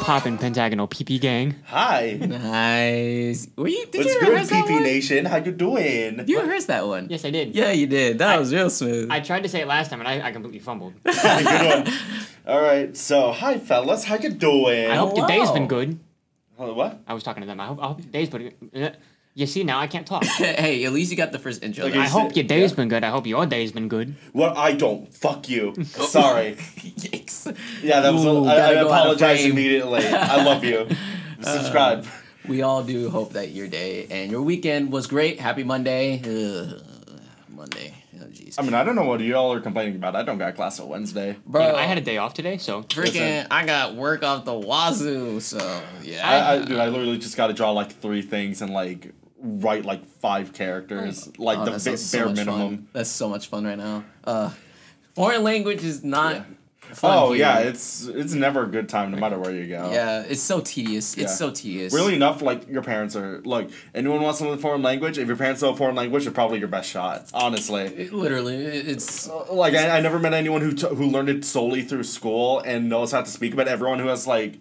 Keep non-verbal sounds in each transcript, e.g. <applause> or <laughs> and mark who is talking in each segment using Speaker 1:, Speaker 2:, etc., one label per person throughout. Speaker 1: Pentagonal PP Gang.
Speaker 2: <laughs>
Speaker 3: Hi.
Speaker 2: Nice. Were you? Did
Speaker 3: What's
Speaker 2: you
Speaker 3: good,
Speaker 2: rehearse that
Speaker 3: PP
Speaker 2: one?
Speaker 3: Nation? How you
Speaker 2: <laughs>
Speaker 3: doing?
Speaker 2: You rehearsed that one.
Speaker 1: Yes, I did.
Speaker 2: Yeah, you did. That
Speaker 1: I-
Speaker 2: was real smooth.
Speaker 1: I tried to say it last time and I, I
Speaker 3: <laughs>
Speaker 1: completely fumbled.
Speaker 3: Good one. All right. So, hi, fellas. How you doing?
Speaker 1: I hope today's
Speaker 2: Hello.
Speaker 1: been good.
Speaker 3: Hello, what?
Speaker 1: I was talking to them. I hope, I hope your day's been good. You see, now I can't talk.
Speaker 2: <laughs> hey, at least you got the first intro.
Speaker 3: Okay,
Speaker 1: I
Speaker 2: I,
Speaker 3: so-
Speaker 1: hope your day's
Speaker 3: yeah.
Speaker 1: been good. I hope your day's been good.
Speaker 3: Well, I don't. Fuck
Speaker 2: <laughs>
Speaker 3: you. Sorry.
Speaker 2: <laughs> Yikes.
Speaker 3: Yeah, that was. a-
Speaker 2: Oh. Ooh,
Speaker 3: I, I
Speaker 2: gotta go out of
Speaker 3: apologize
Speaker 2: frame.
Speaker 3: immediately. I love
Speaker 2: <laughs>
Speaker 3: you. Uh. Subscribe.
Speaker 2: We all do hope that your day and your weekend was great. Happy Monday. Ugh, Monday. Oh, jeez.
Speaker 3: I mean, I don't know what y'all are complaining about. I don't got class on Wednesday.
Speaker 2: Bro,
Speaker 1: You know, I had a day off today,
Speaker 3: <laughs>
Speaker 1: so.
Speaker 2: freaking. I got work off the wazoo. So yeah.
Speaker 3: I, I, dude, I literally just got to draw like three things and like write like five characters, like
Speaker 2: Oh,
Speaker 3: the
Speaker 2: that
Speaker 3: ba- bare
Speaker 2: sounds so much fun.
Speaker 3: minimum.
Speaker 2: That's so much fun right now. Uh, foreign language is not. Fun
Speaker 3: Oh
Speaker 2: here.
Speaker 3: yeah, it's it's never a good time no matter where you go.
Speaker 2: yeah. It's so tedious.
Speaker 3: Yeah.
Speaker 2: It's so tedious.
Speaker 3: Really enough, like your parents are like anyone wants to learn a foreign language. If your parents know a foreign language, they're probably your best shot. Honestly,
Speaker 2: It- literally, it- it's
Speaker 3: like I, I never met anyone who t- who learned it solely through school and knows how to speak. But everyone who has like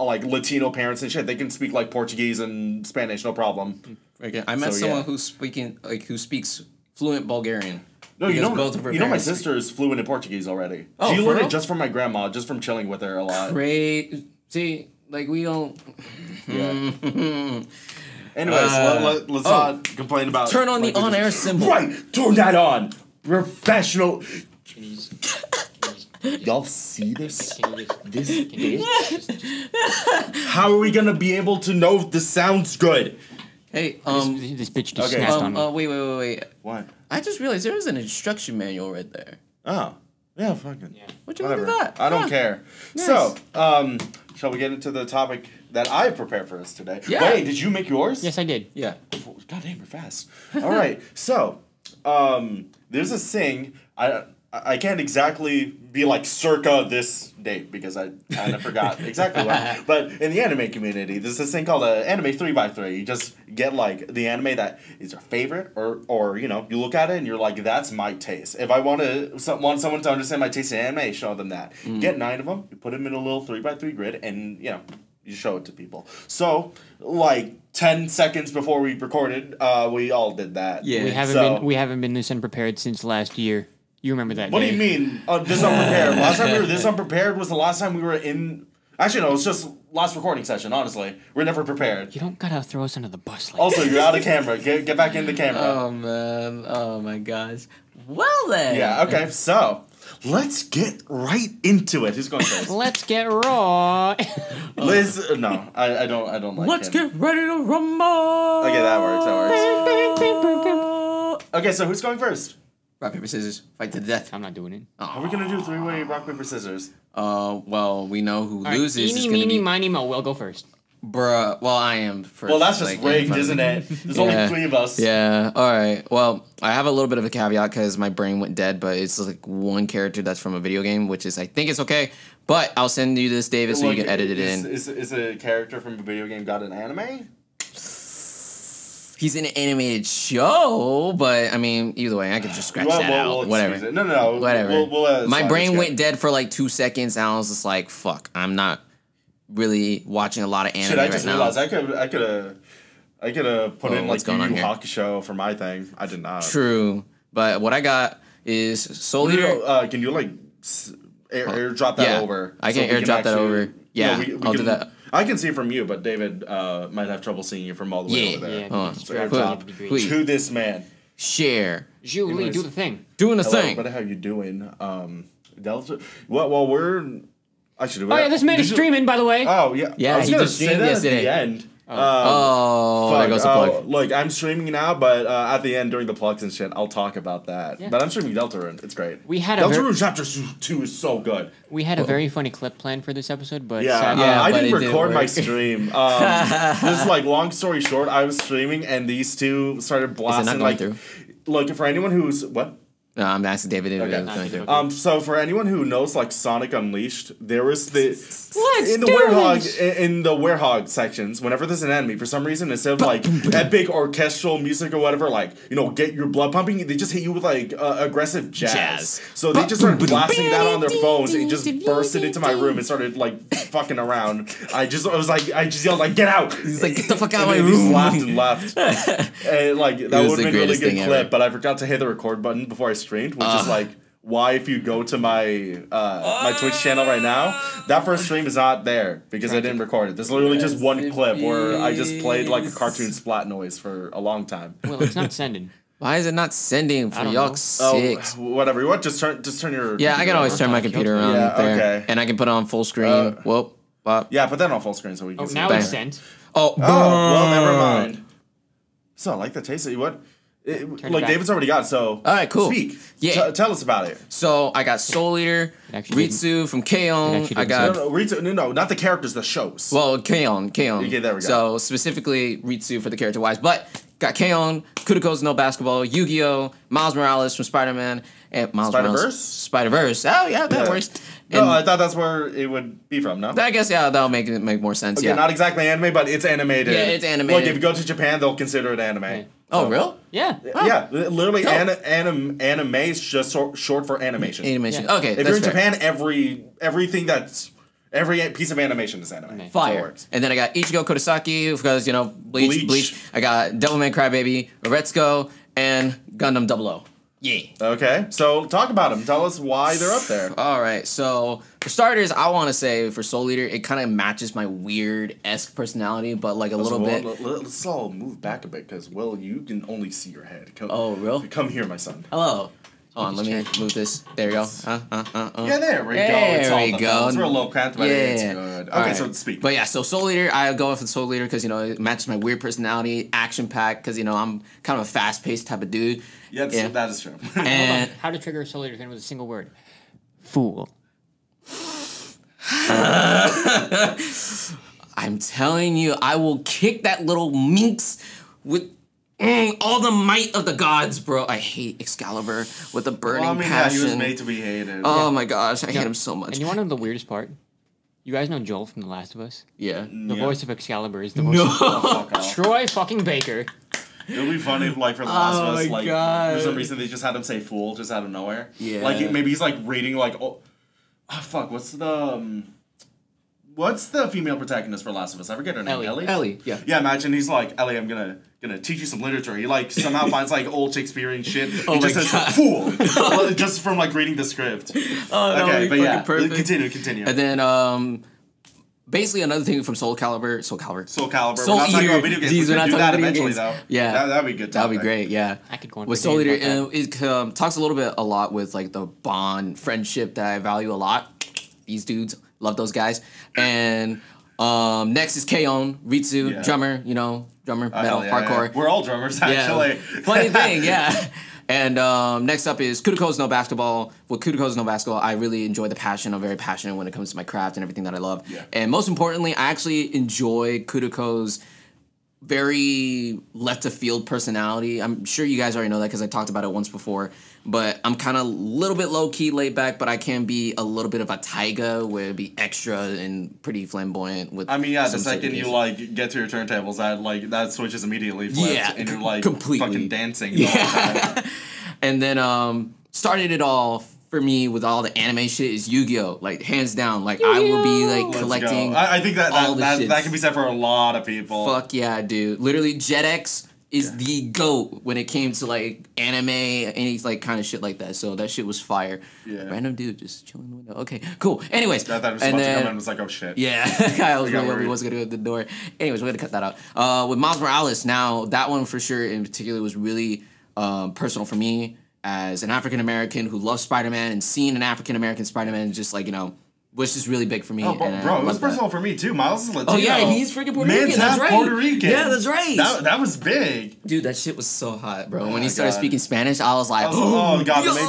Speaker 3: like Latino parents and shit, they can speak like Portuguese and Spanish, no problem.
Speaker 2: freaking. I met
Speaker 3: So,
Speaker 2: someone
Speaker 3: yeah.
Speaker 2: who's speaking like who speaks fluent Bulgarian.
Speaker 3: No, you
Speaker 2: Because
Speaker 3: know,
Speaker 2: both of her
Speaker 3: you know, my
Speaker 2: parents-
Speaker 3: sister is fluent in Portuguese already.
Speaker 2: Oh,
Speaker 3: she
Speaker 2: for
Speaker 3: learned
Speaker 2: real?
Speaker 3: it just from my grandma, just from chilling with her a lot.
Speaker 2: Great. See, like we don't <laughs>
Speaker 3: Yeah. Anyways,
Speaker 2: Uh,
Speaker 3: let, us
Speaker 2: oh.
Speaker 3: not complain about.
Speaker 2: turn on the
Speaker 3: languages.
Speaker 2: on-air symbol.
Speaker 3: Right, turn that on. Professional.
Speaker 1: Can you just.
Speaker 3: Y'all see this?
Speaker 1: Can you just.
Speaker 3: This
Speaker 1: Can you just, just, just,
Speaker 3: How are we gonna be able to know if this sounds good?
Speaker 2: Hey, um,
Speaker 1: this, this bitch just
Speaker 3: Okay.
Speaker 1: snatched on
Speaker 2: um,
Speaker 1: me.
Speaker 2: uh, wait, wait, wait, wait.
Speaker 3: What?
Speaker 2: I just realized there was an instruction manual right there.
Speaker 3: Oh, yeah, fucking.
Speaker 1: Yeah.
Speaker 2: What you think of that?
Speaker 3: I don't
Speaker 2: Huh.
Speaker 3: care.
Speaker 2: Nice.
Speaker 3: So, um, shall we get into the topic that I prepared for us today?
Speaker 2: Yeah.
Speaker 3: Wait, did you make yours?
Speaker 1: Yes, I did.
Speaker 2: Yeah.
Speaker 3: God damn, we're fast. All right. So, um, there's a thing I I can't exactly be like circa this date because I kind of forgot exactly when. But in the anime community, there's this thing called an anime three x three. You just get like the anime that is your favorite, or or you know you look at it and you're like, that's my taste. If I want to so, want someone to understand my taste in anime, show them that. Get nine of them. You put them in a little three x three grid, and you know you show it to people. So, like ten seconds before we recorded, uh, we all did that.
Speaker 2: Yeah.
Speaker 1: We haven't
Speaker 3: So-
Speaker 1: been we haven't been this unprepared since last year. You remember that?
Speaker 3: What do
Speaker 1: day.
Speaker 3: you mean? Uh, this unprepared. last time we were this unprepared was the last time we were in. Actually, no. It's just last recording session. Honestly, we're never prepared.
Speaker 1: You don't gotta throw us under the bus like
Speaker 3: Also, you're out of camera. Get get back in the camera.
Speaker 2: Oh man. Oh my gosh. Well
Speaker 1: Oh.
Speaker 2: then.
Speaker 3: yeah. Okay. So let's get right into it. Who's going
Speaker 1: that.
Speaker 3: first?
Speaker 1: <laughs> Let's get raw. <laughs>
Speaker 3: Liz. No, I, I don't. I don't like.
Speaker 2: Let's
Speaker 3: him.
Speaker 2: get ready to rumble.
Speaker 3: Okay, that works. That works. Okay, so who's going first?
Speaker 2: Rock paper scissors. Fight to the death.
Speaker 1: I'm not doing it.
Speaker 3: Are we gonna do three way rock paper scissors?
Speaker 2: Uh, well, we know who
Speaker 1: All right,
Speaker 2: loses is
Speaker 1: Eeny,
Speaker 2: gonna
Speaker 1: meeny,
Speaker 2: be
Speaker 1: miny, mo. We'll go first.
Speaker 2: bruh. Well, I am first.
Speaker 3: Well, that's just
Speaker 2: like, in
Speaker 3: rigged,
Speaker 2: front of
Speaker 3: isn't
Speaker 2: me.
Speaker 3: it? There's
Speaker 2: Yeah.
Speaker 3: only three of us.
Speaker 2: Yeah. All right. Well, I have a little bit of a caveat because my brain went dead, but it's like one character that's from a video game, which is I think it's okay. But I'll send you this, David, so
Speaker 3: Look,
Speaker 2: you can edit it
Speaker 3: is-
Speaker 2: in.
Speaker 3: Is, is a character from a video game got an anime?
Speaker 2: He's in an animated show, but I mean, either way, I could just scratch
Speaker 3: Well,
Speaker 2: that
Speaker 3: well,
Speaker 2: out.
Speaker 3: well,
Speaker 2: Whatever.
Speaker 3: excuse it. No, no, no. we'll-
Speaker 2: whatever.
Speaker 3: we'll- we'll, uh,
Speaker 2: My
Speaker 3: slide
Speaker 2: brain
Speaker 3: this
Speaker 2: went dead for like two seconds, and I was just like, "Fuck, I'm not really watching a lot of anime
Speaker 3: Shit, I
Speaker 2: right
Speaker 3: just
Speaker 2: now."
Speaker 3: realized I could, I could, uh, I could uh, put
Speaker 2: Oh,
Speaker 3: in like
Speaker 2: what's
Speaker 3: Yu
Speaker 2: going on
Speaker 3: Yu
Speaker 2: here?
Speaker 3: Hakusho for my thing. I did not.
Speaker 2: True, but what I got is Soul
Speaker 3: No, no,
Speaker 2: Leader.
Speaker 3: no, uh, can you like s- air, airdrop that
Speaker 2: Yeah,
Speaker 3: over?
Speaker 2: I can
Speaker 3: we
Speaker 2: airdrop that over.
Speaker 3: no,
Speaker 2: Yeah, I'll do
Speaker 3: can-
Speaker 2: that.
Speaker 3: I can see it from you, but David uh, might have trouble seeing you from all the way
Speaker 2: Yeah. Oh,
Speaker 3: over there.
Speaker 1: Yeah,
Speaker 2: Uh, Hold on.
Speaker 1: just
Speaker 3: Sorry,
Speaker 1: grab it,
Speaker 3: Rob.
Speaker 1: it'd be great.
Speaker 2: Please.
Speaker 3: To this man.
Speaker 2: Share,
Speaker 1: Julie,
Speaker 3: Anyways.
Speaker 1: do the thing.
Speaker 2: doing a
Speaker 3: Hello,
Speaker 2: thing.
Speaker 3: What how you doing? Um, Delta. Well, well, we're. I should.
Speaker 1: Oh yeah, this man
Speaker 3: Did
Speaker 1: is
Speaker 3: you-
Speaker 1: streaming, by the way.
Speaker 3: Oh yeah.
Speaker 2: Yeah,
Speaker 3: I was
Speaker 2: he
Speaker 3: gonna
Speaker 2: just
Speaker 3: say
Speaker 2: streamed
Speaker 3: that At
Speaker 2: yesterday.
Speaker 3: the end. Um,
Speaker 2: oh,
Speaker 3: Fuck,
Speaker 2: there goes the
Speaker 3: uh,
Speaker 2: plug.
Speaker 3: Look, I'm streaming now, but uh, at the end during the plugs and shit, I'll talk about that.
Speaker 1: Yeah.
Speaker 3: But I'm streaming Deltarune. It's great.
Speaker 1: We had a
Speaker 3: Deltarune
Speaker 1: ver-
Speaker 3: Chapter Two- Two is so good.
Speaker 1: we had a very funny clip planned for this episode, but
Speaker 3: Yeah,
Speaker 1: sadly-
Speaker 2: Yeah,
Speaker 3: uh, I
Speaker 2: but
Speaker 3: didn't
Speaker 2: it didn't
Speaker 3: record my
Speaker 2: work. <laughs>
Speaker 3: stream. Um, this is like long story short, I was streaming and these two started
Speaker 2: not
Speaker 3: blasting
Speaker 2: going
Speaker 3: like.
Speaker 2: through?
Speaker 3: Look, for anyone who's what.
Speaker 2: No, I'm asking David. if it
Speaker 3: Okay.
Speaker 2: was going to.
Speaker 3: Um, so for anyone who knows, like Sonic Unleashed, there was the
Speaker 1: Let's
Speaker 3: in the
Speaker 1: do
Speaker 3: werehog
Speaker 1: this.
Speaker 3: in, in the werehog sections. Whenever there's an enemy, for some reason, instead of like epic orchestral music or whatever, like you know, get your blood pumping, they just hit you with like uh, aggressive jazz.
Speaker 2: Jazz.
Speaker 3: So they just started blasting that on their phones. and It just bursted into my room and started like fucking around. I just I was like I just yelled like get out.
Speaker 2: He's like, get the fuck out of my
Speaker 3: And they just
Speaker 2: room.
Speaker 3: laughed and left. and Eh, like that
Speaker 2: was
Speaker 3: would
Speaker 2: the
Speaker 3: have been a really
Speaker 2: greatest
Speaker 3: good
Speaker 2: thing
Speaker 3: clip,
Speaker 2: ever. Ah.
Speaker 3: but I forgot to hit the record button before I streamed, which
Speaker 2: Ugh.
Speaker 3: is like why if you go to my uh, my Twitch channel right now, that first stream is not there because I didn't record it. There's literally just one clip where I just played like a cartoon splat noise for a long time.
Speaker 1: Well, it's not sending.
Speaker 2: Why is it not sending for
Speaker 1: I don't know.
Speaker 2: y'all
Speaker 3: Oh,
Speaker 2: <laughs> six?
Speaker 3: whatever. You want just turn just turn your
Speaker 2: yeah, I can always turn my computer around
Speaker 3: Yeah,
Speaker 2: there,
Speaker 3: okay.
Speaker 2: and I can put it on full screen.
Speaker 3: Uh,
Speaker 2: Whoop. Bop.
Speaker 3: yeah, put that on full screen so we can
Speaker 1: Oh,
Speaker 3: see.
Speaker 1: now
Speaker 3: it.
Speaker 1: it's
Speaker 2: Bang.
Speaker 1: sent.
Speaker 2: Oh,
Speaker 3: Oh, well, never
Speaker 2: burn.
Speaker 3: mind. So I like the taste of you. What? It,
Speaker 1: it
Speaker 3: like
Speaker 1: back.
Speaker 3: David's already got. So all
Speaker 2: right, cool.
Speaker 3: Speak.
Speaker 2: Yeah.
Speaker 3: T- tell us about it.
Speaker 2: So I got Soul Eater,
Speaker 1: It actually
Speaker 2: Ritsu from Kaon.
Speaker 1: actually
Speaker 2: I
Speaker 1: didn't
Speaker 3: No,
Speaker 2: got
Speaker 3: no, Rita, no, no, not the characters, the shows.
Speaker 2: Uh, well Kaon, Kaon.
Speaker 3: Okay, there we go.
Speaker 2: So specifically Ritsu for the character wise, but got Kaon, Kudiko's No Basketball, Yu-Gi-Oh, Miles Morales from Spider-Man, and Miles
Speaker 3: Spider-Verse?
Speaker 2: Morales. Spider Verse. Oh yeah, that
Speaker 3: Yeah.
Speaker 2: works.
Speaker 3: no,
Speaker 2: And
Speaker 3: I thought that's where it would be from. No,
Speaker 2: I guess yeah, that'll make it make more sense.
Speaker 3: okay,
Speaker 2: yeah.
Speaker 3: not exactly anime, but it's animated.
Speaker 2: Yeah, it's
Speaker 3: Look,
Speaker 2: animated.
Speaker 3: if you go to Japan, they'll consider it anime.
Speaker 1: Okay.
Speaker 2: oh real?
Speaker 1: Yeah.
Speaker 3: Yeah, li- literally,
Speaker 2: Oh.
Speaker 3: an,
Speaker 2: Cool.
Speaker 3: anim, anime is just sor- short for animation.
Speaker 2: Animation.
Speaker 1: Yeah.
Speaker 2: Okay,
Speaker 3: If
Speaker 2: that's
Speaker 3: you're in
Speaker 2: fair.
Speaker 3: Japan, every everything that's every a- piece of animation is anime.
Speaker 1: Okay.
Speaker 3: So it
Speaker 2: Fire.
Speaker 3: works.
Speaker 2: And then I got Ichigo Kurosaki because you know Bleach,
Speaker 3: Bleach.
Speaker 2: Bleach. I got Devilman Crybaby, Retsuko, and Gundam Double O. Yeah.
Speaker 3: Okay, so talk about them. Tell us why they're up there.
Speaker 2: All right. So for starters, I want to say for Soul Leader, it kind of matches my weird esque personality, but like a little
Speaker 3: Well,
Speaker 2: bit.
Speaker 3: let- let- Let's all move back a bit because, well, you can only see your head. Come,
Speaker 2: Oh, real?
Speaker 3: Come here, my son.
Speaker 2: Hello. Hold on. Let
Speaker 1: just
Speaker 2: me move this. There you go. Uh, uh, uh, uh.
Speaker 3: Yeah, there we go.
Speaker 2: There
Speaker 3: it's all
Speaker 2: we
Speaker 3: in the
Speaker 2: go.
Speaker 3: phones. We're a little cramped, but it's
Speaker 2: Yeah.
Speaker 3: good. Okay,
Speaker 2: All right.
Speaker 3: so speak.
Speaker 2: But yeah, so Soul Leader, I go with the Soul Leader because you know it matches my weird personality, action packed. Because you know I'm kind of a fast paced type of dude.
Speaker 3: yeah, that's-
Speaker 2: yeah.
Speaker 3: that is
Speaker 2: <laughs>
Speaker 3: true.
Speaker 1: Hold
Speaker 2: And
Speaker 1: on. How to trigger a soul leader with a single word. Fool.
Speaker 2: I'm telling you, I will kick that little minx with mm, all the might of the gods, bro. I hate Excalibur with a burning
Speaker 3: well, I mean, yeah, he
Speaker 2: passion.
Speaker 3: was made to be hated.
Speaker 2: oh my gosh, I hate him so much.
Speaker 1: And you want to know the weirdest part? You guys know Joel from The Last of Us?
Speaker 2: yeah.
Speaker 1: The
Speaker 3: Yeah.
Speaker 1: voice of Excalibur is the voice of
Speaker 3: Oh, fuck off.
Speaker 1: Troy fucking Baker.
Speaker 3: It would be funny if, like, for The Last
Speaker 2: Oh
Speaker 3: of Us,
Speaker 2: my
Speaker 3: like, for
Speaker 2: God.
Speaker 3: some reason they just had him say fool just out of nowhere.
Speaker 2: Yeah.
Speaker 3: Like, he- maybe he's, like, reading, like, oh, oh fuck, what's the, um, what's the female protagonist for Last of Us? I forget her name.
Speaker 1: Ellie.
Speaker 3: Ellie?
Speaker 2: Ellie, yeah.
Speaker 3: Yeah, imagine he's like, Ellie, I'm gonna gonna teach you some literature. He like somehow
Speaker 2: <laughs>
Speaker 3: finds like old Shakespearean shit. He
Speaker 2: Oh
Speaker 3: just
Speaker 2: my
Speaker 3: says
Speaker 2: God.
Speaker 3: fool. <laughs>
Speaker 2: <laughs>
Speaker 3: Well, just from like reading the script.
Speaker 2: Oh, that
Speaker 3: okay,
Speaker 2: would
Speaker 3: but
Speaker 2: be
Speaker 3: yeah.
Speaker 2: fucking perfect.
Speaker 3: Continue, continue.
Speaker 2: And then um basically another thing from Soul Calibur, Soul Calibur.
Speaker 3: Soul Calibur.
Speaker 2: Soul
Speaker 3: we're not talking
Speaker 2: Eater.
Speaker 3: about video games.
Speaker 2: Jeez,
Speaker 3: we
Speaker 2: we're
Speaker 3: could
Speaker 2: not
Speaker 3: do
Speaker 2: talking
Speaker 3: that
Speaker 2: about video
Speaker 3: eventually,
Speaker 2: games.
Speaker 3: though.
Speaker 2: Yeah.
Speaker 3: that, that'd be a good.
Speaker 2: That'd
Speaker 3: Topic.
Speaker 2: be great, yeah.
Speaker 1: I could go on
Speaker 2: With
Speaker 1: for
Speaker 2: Soul
Speaker 1: days
Speaker 2: Leader,
Speaker 1: about
Speaker 2: um, it um, talks a little bit a lot with like the bond friendship that I value a lot. These dudes love those guys. And um, next is Kaon Ritsu,
Speaker 3: Yeah.
Speaker 2: drummer. You know, drummer,
Speaker 3: Oh,
Speaker 2: metal,
Speaker 3: hell yeah,
Speaker 2: hardcore.
Speaker 3: yeah. We're all drummers,
Speaker 2: <laughs>
Speaker 3: actually.
Speaker 2: Funny thing, yeah. And um, next up is Kudiko's No Basketball. With Kudiko's No Basketball, I really enjoy the passion. I'm very passionate when it comes to my craft and everything that I love.
Speaker 3: Yeah.
Speaker 2: And most importantly, I actually enjoy Kudiko's very left of field personality. I'm sure you guys already know that because I talked about it once before. But I'm kind of a little bit low key, laid back, but I can be a little bit of a tiger where it'd be extra and pretty flamboyant.
Speaker 3: <laughs>
Speaker 2: With
Speaker 3: I mean, yeah. The
Speaker 2: some certain
Speaker 3: second you
Speaker 2: things.
Speaker 3: like get to your turntables, that like that switches immediately flipped,
Speaker 2: Yeah,
Speaker 3: and you're
Speaker 2: c-
Speaker 3: like
Speaker 2: completely.
Speaker 3: fucking
Speaker 2: <laughs>
Speaker 3: dancing.
Speaker 2: And then um started it all for me with all the anime shit is Yu-Gi-Oh! Like hands down. Like I will be
Speaker 3: The
Speaker 2: like
Speaker 3: whole time. Let's
Speaker 2: collecting
Speaker 3: go. I, I think that that,
Speaker 2: all the
Speaker 3: that,
Speaker 2: shits.
Speaker 3: that can be said for a lot of people.
Speaker 2: Fuck yeah, dude. Literally JetX is the GOAT when it came to like anime, any like kind of shit like that. So that shit was fire.
Speaker 3: Yeah.
Speaker 2: Random dude just chilling in the window. Okay, cool. Anyways.
Speaker 3: I thought it was
Speaker 2: and
Speaker 3: about to
Speaker 2: then,
Speaker 3: come in and was like, oh shit.
Speaker 2: yeah, <laughs> Kyle was
Speaker 3: got
Speaker 2: really hoping
Speaker 3: worried.
Speaker 2: he wasn't gonna go to the door. Anyways, we're gonna cut that out. Uh, with Miles Morales, now that one for sure in particular was really um, personal for me as an African American who loves Spider Man and seeing an African American Spider Man just like you know was just really big for me.
Speaker 3: Oh, bro,
Speaker 2: and I
Speaker 3: bro, it was
Speaker 2: love that.
Speaker 3: personal for me too. Miles is Latino.
Speaker 2: Oh, yeah, he's freaking Puerto
Speaker 3: Man's
Speaker 2: Rican,
Speaker 3: half
Speaker 2: that's right.
Speaker 3: Puerto Rican.
Speaker 2: Yeah, that's right.
Speaker 3: That, that was big.
Speaker 2: Dude, that shit was so hot, bro. when
Speaker 3: Oh my
Speaker 2: he started
Speaker 3: God.
Speaker 2: speaking Spanish, I was like,
Speaker 3: I was <gasps> like, oh god,
Speaker 2: yo!
Speaker 3: that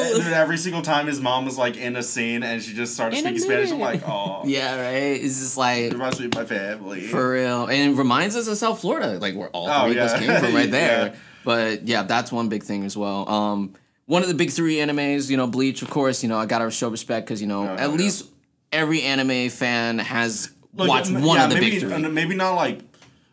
Speaker 3: made me. and then every single time his mom was like in a scene and she just started
Speaker 1: In a
Speaker 3: speaking Spanish, I'm like,
Speaker 1: minute.
Speaker 3: oh,
Speaker 2: <laughs> Yeah, right. It's just like
Speaker 3: it reminds me of my family.
Speaker 2: For real. And it reminds us of South Florida, like where all
Speaker 3: Oh,
Speaker 2: three of
Speaker 3: <laughs>
Speaker 2: us
Speaker 3: yeah.
Speaker 2: came from right
Speaker 3: Yeah.
Speaker 2: there. But yeah, that's one big thing as well. Um, one of the big three animes, you know, Bleach, of course, you know, I gotta show respect because, you know, at
Speaker 3: Oh, yeah.
Speaker 2: least every anime fan has
Speaker 3: Like,
Speaker 2: watched
Speaker 3: m-
Speaker 2: one
Speaker 3: yeah,
Speaker 2: of the
Speaker 3: maybe,
Speaker 2: big three.
Speaker 3: and Maybe not like,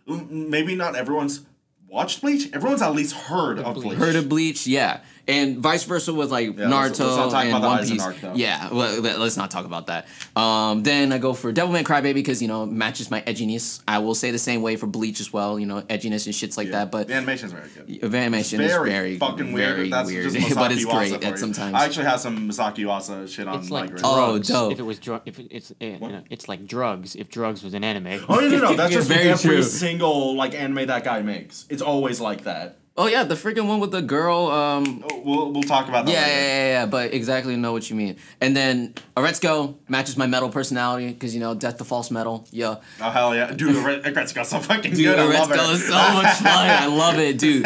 Speaker 3: m- maybe not everyone's watched Bleach. Everyone's at least heard of Bleach.
Speaker 2: Heard of Bleach, yeah, and vice versa with like Naruto
Speaker 3: let's- let's not talk
Speaker 2: and
Speaker 3: about the
Speaker 2: One Piece.
Speaker 3: Eisenarch, though.
Speaker 2: yeah, well, let- let's not talk about that. Um, then I go for Devilman Crybaby because you know it matches my edginess. I will say the same way for Bleach as well. You know, edginess and shits like that. But
Speaker 3: the animation's very good.
Speaker 2: Of animation
Speaker 3: very,
Speaker 2: is very
Speaker 3: fucking weird.
Speaker 2: very
Speaker 3: That's
Speaker 2: weird,
Speaker 3: just Masaki
Speaker 2: <laughs> but it's
Speaker 3: Yuasa for
Speaker 2: great at
Speaker 3: you.
Speaker 2: sometimes.
Speaker 3: I actually have some Masaki Yuasa shit on
Speaker 1: It's
Speaker 3: my
Speaker 1: like
Speaker 3: grid.
Speaker 1: drugs.
Speaker 2: Oh, dope.
Speaker 1: If it was dr- if it- it's uh, you know, it's like drugs. If drugs was an anime.
Speaker 3: Oh no, no, no!
Speaker 2: <laughs>
Speaker 3: That's
Speaker 2: Yeah,
Speaker 3: just
Speaker 2: very
Speaker 3: every
Speaker 2: true.
Speaker 3: single like anime that guy makes. It's always like that.
Speaker 2: oh yeah, the freaking one with the girl. Um,
Speaker 3: Oh, We'll we'll talk about that.
Speaker 2: yeah, yeah,
Speaker 3: later.
Speaker 2: yeah, yeah. But exactly know what you mean. And then Aretsuko matches my metal personality because you know death to false metal. Yeah,
Speaker 3: Oh hell yeah, dude! Red- Red's got so fucking
Speaker 2: dude,
Speaker 3: good. I love
Speaker 2: Aretsuko
Speaker 3: her.
Speaker 2: is so much fun. I love
Speaker 3: <laughs>
Speaker 2: it, dude.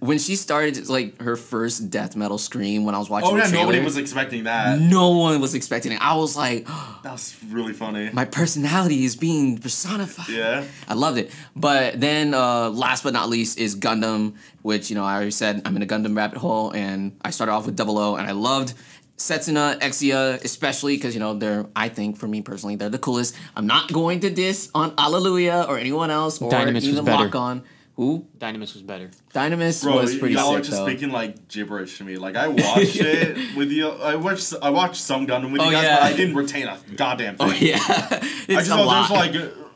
Speaker 2: When she started like her first death metal scream when I was watching,
Speaker 3: oh
Speaker 2: the
Speaker 3: yeah,
Speaker 2: trailer,
Speaker 3: nobody was expecting that.
Speaker 2: no one was expecting it. I was like, <gasps>
Speaker 3: That's really funny.
Speaker 2: my personality is being personified.
Speaker 3: Yeah.
Speaker 2: I loved it. But then, uh, last but not least, is Gundam, which, you know, I already said I'm in a Gundam rabbit hole, and I started off with Double O, and I loved Setsuna, Exia, especially because, you know, they're, I think, for me personally, they're the coolest. I'm not going to diss on Alleluia or anyone else or
Speaker 1: Dynamis was
Speaker 2: even
Speaker 1: better.
Speaker 2: Lock On. Who?
Speaker 1: Dynamis was better.
Speaker 2: Dynamis
Speaker 3: Bro,
Speaker 2: was pretty
Speaker 3: y'all
Speaker 2: sick,
Speaker 3: are just
Speaker 2: though.
Speaker 3: speaking like gibberish to me. Like I
Speaker 2: <laughs>
Speaker 3: watched it with you. I watched I watched some Gundam with
Speaker 2: Oh,
Speaker 3: you guys,
Speaker 2: yeah.
Speaker 3: but I didn't retain a goddamn thing.
Speaker 2: Oh, <laughs> yeah.
Speaker 3: I
Speaker 2: it's
Speaker 3: just
Speaker 2: a
Speaker 3: know there's
Speaker 2: lot.
Speaker 3: like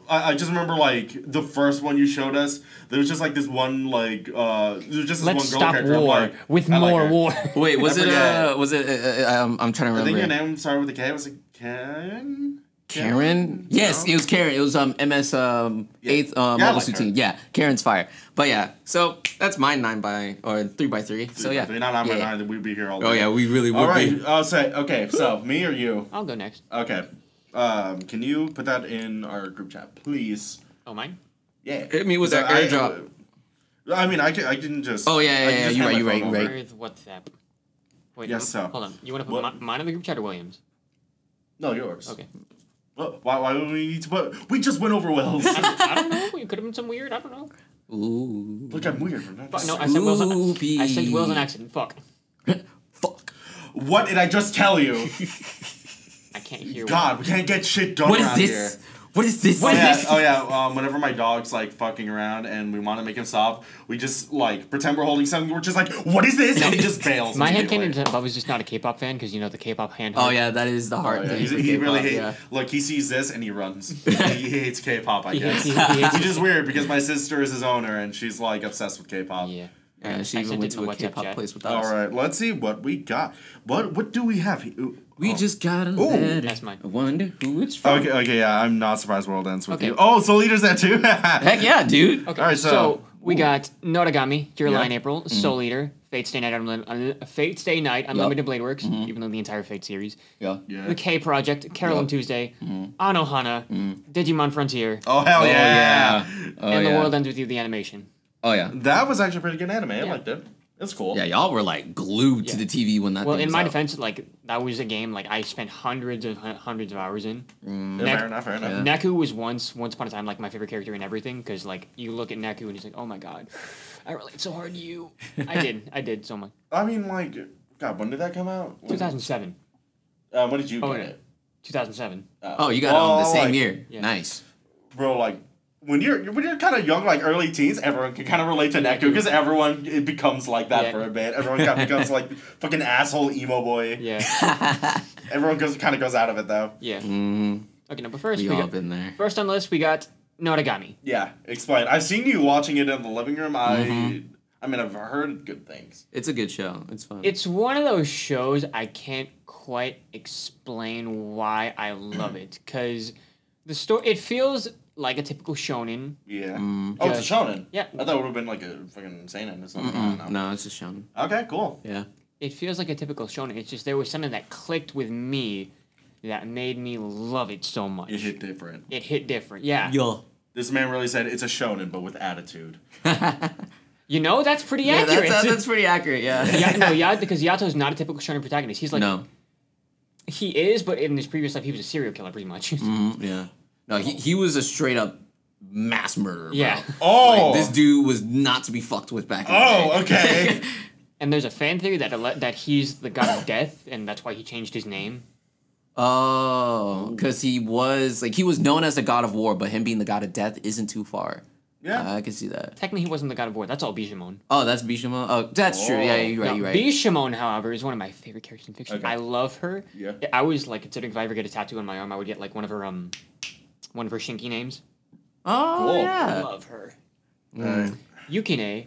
Speaker 3: I, I just remember like the first one you showed us. There was just like this one like uh there was just this
Speaker 1: Let's
Speaker 3: one girl
Speaker 1: stop
Speaker 3: character. I'm
Speaker 1: war
Speaker 3: like,
Speaker 1: with
Speaker 3: I like
Speaker 1: more
Speaker 3: her.
Speaker 1: war.
Speaker 2: Wait, was
Speaker 3: I
Speaker 2: it, uh,
Speaker 3: forget.
Speaker 2: was it, uh, uh, um, I'm trying
Speaker 3: I
Speaker 2: to remember.
Speaker 3: think your name started with a K. Was it Ken?
Speaker 2: Karen? Yes, it was Karen. It was um MS um eighth um
Speaker 3: Yeah, I
Speaker 2: mobile
Speaker 3: like
Speaker 2: suit
Speaker 3: her.
Speaker 2: team. Yeah, Karen's fire. But yeah, so that's my nine by or three by three. so yeah,
Speaker 3: If not nine
Speaker 2: yeah.
Speaker 3: by nine, then we'd be here all day.
Speaker 2: Oh yeah, we really would
Speaker 3: All right.
Speaker 2: be.
Speaker 3: I'll say okay. So me or you?
Speaker 1: <laughs> I'll go next.
Speaker 3: Okay. Um, can you put that in our group chat, please?
Speaker 1: Oh, mine.
Speaker 3: Yeah.
Speaker 2: Hit me with that
Speaker 3: I-
Speaker 2: airdrop.
Speaker 3: I, mean, I, can, I didn't just.
Speaker 2: Oh, yeah, yeah,
Speaker 3: I
Speaker 2: yeah,
Speaker 3: just
Speaker 2: you're
Speaker 3: hand
Speaker 2: right,
Speaker 3: my
Speaker 2: you're
Speaker 3: phone
Speaker 2: right, you're
Speaker 3: over.
Speaker 2: right.
Speaker 1: Where's WhatsApp? Wait,
Speaker 3: Yes,
Speaker 1: no,
Speaker 3: sir.
Speaker 1: Hold on. You want to put
Speaker 3: What-
Speaker 1: mi- mine in the group chat or Williams?
Speaker 3: No, yours.
Speaker 1: Okay.
Speaker 3: Well, why, why would we need to put? We just went over
Speaker 2: <laughs>
Speaker 3: Wells.
Speaker 1: I don't know. It could have been some weird. I don't know.
Speaker 2: Ooh,
Speaker 3: Look, I'm weird. I'm not
Speaker 1: Fuck, no,
Speaker 3: just-
Speaker 1: I said Will's. On, I said
Speaker 2: Spoopy.
Speaker 1: Will's an accident. Fuck.
Speaker 2: fuck.
Speaker 3: What did I just tell
Speaker 2: <laughs>
Speaker 3: you?
Speaker 1: I can't hear.
Speaker 3: God, we can't get shit done
Speaker 2: What is
Speaker 3: around
Speaker 2: this?
Speaker 3: here.
Speaker 2: What is this?
Speaker 3: Oh yeah, oh yeah. Um, whenever my dog's like fucking around and we want to make him stop, we just like pretend we're holding something. We're just like, "What is this?" And he
Speaker 2: <laughs>
Speaker 3: just bails.
Speaker 1: My head came
Speaker 3: immediately.
Speaker 1: into I was just not a K-pop fan because you know the K-pop hand.
Speaker 2: <laughs> Oh yeah, that is the hard
Speaker 3: Yeah,
Speaker 2: thing.
Speaker 3: he's-
Speaker 2: for
Speaker 3: he
Speaker 2: K-pop,
Speaker 3: really hates.
Speaker 2: yeah.
Speaker 3: Look, he sees this and he runs. he hates K-pop, I
Speaker 1: He hates-
Speaker 3: guess.
Speaker 1: he hates-
Speaker 3: Which is weird because my sister is his owner and she's like obsessed with K-pop.
Speaker 1: Yeah.
Speaker 2: Yeah, she
Speaker 1: I
Speaker 2: even
Speaker 1: sent
Speaker 2: went
Speaker 1: it in
Speaker 2: to
Speaker 1: the
Speaker 2: a
Speaker 1: WhatsApp
Speaker 2: K-pop
Speaker 1: chat.
Speaker 2: place with us.
Speaker 3: All right, let's see what we got. What what do we have? Here? Ooh,
Speaker 2: We
Speaker 3: oh.
Speaker 2: just got a letter.
Speaker 1: That's mine.
Speaker 2: I wonder who it's from.
Speaker 3: Okay, okay, yeah. I'm not surprised. World ends with
Speaker 1: Okay.
Speaker 3: you. Oh, so leaders there too. <laughs>
Speaker 2: Heck yeah, dude.
Speaker 1: Okay,
Speaker 3: All right,
Speaker 1: so,
Speaker 3: so-
Speaker 1: we got Noragami, Your
Speaker 3: Yeah.
Speaker 1: Line April, Soul Eater, Fate Stay Night, Unlim- Un- Fate Stay Night, Unlimited Blade Works, even though the entire Fate series,
Speaker 2: Yeah.
Speaker 3: Yeah.
Speaker 1: The K Project, Carolyn
Speaker 2: Yup.
Speaker 1: Tuesday, Anohana, Digimon Frontier,
Speaker 3: Oh hell
Speaker 2: Mm-hmm. Oh
Speaker 3: yeah.
Speaker 2: yeah. Oh,
Speaker 1: and
Speaker 2: yeah.
Speaker 1: The World Ends With You, the animation.
Speaker 2: Oh yeah.
Speaker 3: That was actually a pretty good anime. I
Speaker 1: Yeah.
Speaker 3: liked it. It's cool.
Speaker 2: Yeah, y'all were like glued to
Speaker 1: Yeah.
Speaker 2: the TV when that.
Speaker 1: Well,
Speaker 2: thing
Speaker 1: in
Speaker 2: was
Speaker 1: my
Speaker 2: out.
Speaker 1: defense, like that was a game like I spent hundreds of hun- hundreds of hours in.
Speaker 3: Yeah,
Speaker 1: Neck-
Speaker 3: fair enough. Fair enough.
Speaker 2: Yeah.
Speaker 1: Neku was once once upon a time like my favorite character in everything because like you look at Neku and he's like, oh my god, I relate so hard to you. I
Speaker 2: <laughs>
Speaker 1: did, I did so much.
Speaker 3: I mean, like, God, when did that come out? When-
Speaker 1: 2007,
Speaker 3: Uh, when did you get
Speaker 1: Oh, yeah.
Speaker 3: it?
Speaker 1: 2007.
Speaker 2: Oh, you got it on the
Speaker 3: Well,
Speaker 2: same
Speaker 3: like-
Speaker 2: year.
Speaker 1: Yeah.
Speaker 2: Nice.
Speaker 3: bro, like when you're when you're kind of young, like early teens, everyone can kind of relate to Neku because everyone it becomes like that
Speaker 1: Yeah.
Speaker 3: for a bit. Everyone
Speaker 1: <laughs>
Speaker 3: kind of becomes like fucking asshole emo boy.
Speaker 1: Yeah.
Speaker 3: Everyone goes kind of goes out of it though.
Speaker 1: Yeah.
Speaker 2: Mm,
Speaker 1: Okay, no, but first we,
Speaker 2: Mm-hmm. we all
Speaker 1: got,
Speaker 2: been there.
Speaker 1: first on the list we got Noragami.
Speaker 3: Yeah, explain. I've seen you watching it in the living room. I
Speaker 1: Mm-hmm.
Speaker 3: I mean, I've heard good things.
Speaker 2: It's a good show. It's fun.
Speaker 1: It's one of those shows I can't quite explain why I love it because the story it feels like a typical shonen.
Speaker 3: Yeah. oh, it's a shonen.
Speaker 1: Mm, Yeah.
Speaker 3: I thought it would have been like a fucking seinen or something. I don't know.
Speaker 2: Mm, no, it's a show.
Speaker 3: Okay, cool.
Speaker 2: Yeah.
Speaker 1: It feels like a typical shonen. It's just there was something that clicked with me that made me love it so much.
Speaker 3: It hit different.
Speaker 1: It hit different. Yeah.
Speaker 2: Yo.
Speaker 3: This man really said it's a shonen, but with attitude.
Speaker 1: You know, that's pretty
Speaker 2: Yeah,
Speaker 1: accurate.
Speaker 2: that's, that's,
Speaker 1: <laughs>
Speaker 2: that's pretty accurate. Yeah.
Speaker 1: Ya- no, Yato, because Yato's not a typical shonen protagonist. He's like
Speaker 2: <laughs> no.
Speaker 1: he is, but in his previous life he was a serial killer pretty much.
Speaker 2: Mm, yeah. No, he, he was a straight up mass murderer. bro.
Speaker 1: <laughs> yeah.
Speaker 3: Oh.
Speaker 2: Like, this dude was not to be fucked with back in the day.
Speaker 1: <laughs>
Speaker 3: oh, okay.
Speaker 1: And there's a fan theory that ele- that he's the god of death, and that's why he changed his name.
Speaker 2: <laughs> Oh, because he was like he was known as the god of war, but him being the god of death isn't too far.
Speaker 3: Yeah.
Speaker 1: Uh,
Speaker 2: I can see that.
Speaker 1: Technically, he wasn't the god of war. That's all Bijamon.
Speaker 2: Oh, that's Bishima. Oh, that's true. Yeah,
Speaker 3: Oh.
Speaker 2: you're right.
Speaker 1: No,
Speaker 2: you're right.
Speaker 1: Bishamon, however, is one of my favorite characters in fiction.
Speaker 3: Okay.
Speaker 1: I love her.
Speaker 3: Yeah.
Speaker 1: I was like considering if I ever get a tattoo on my arm, I would get like one of her um, one of her Shinky names.
Speaker 2: oh
Speaker 3: Cool.
Speaker 1: I
Speaker 2: yeah.
Speaker 1: love her.
Speaker 2: Mm.
Speaker 1: Yukine.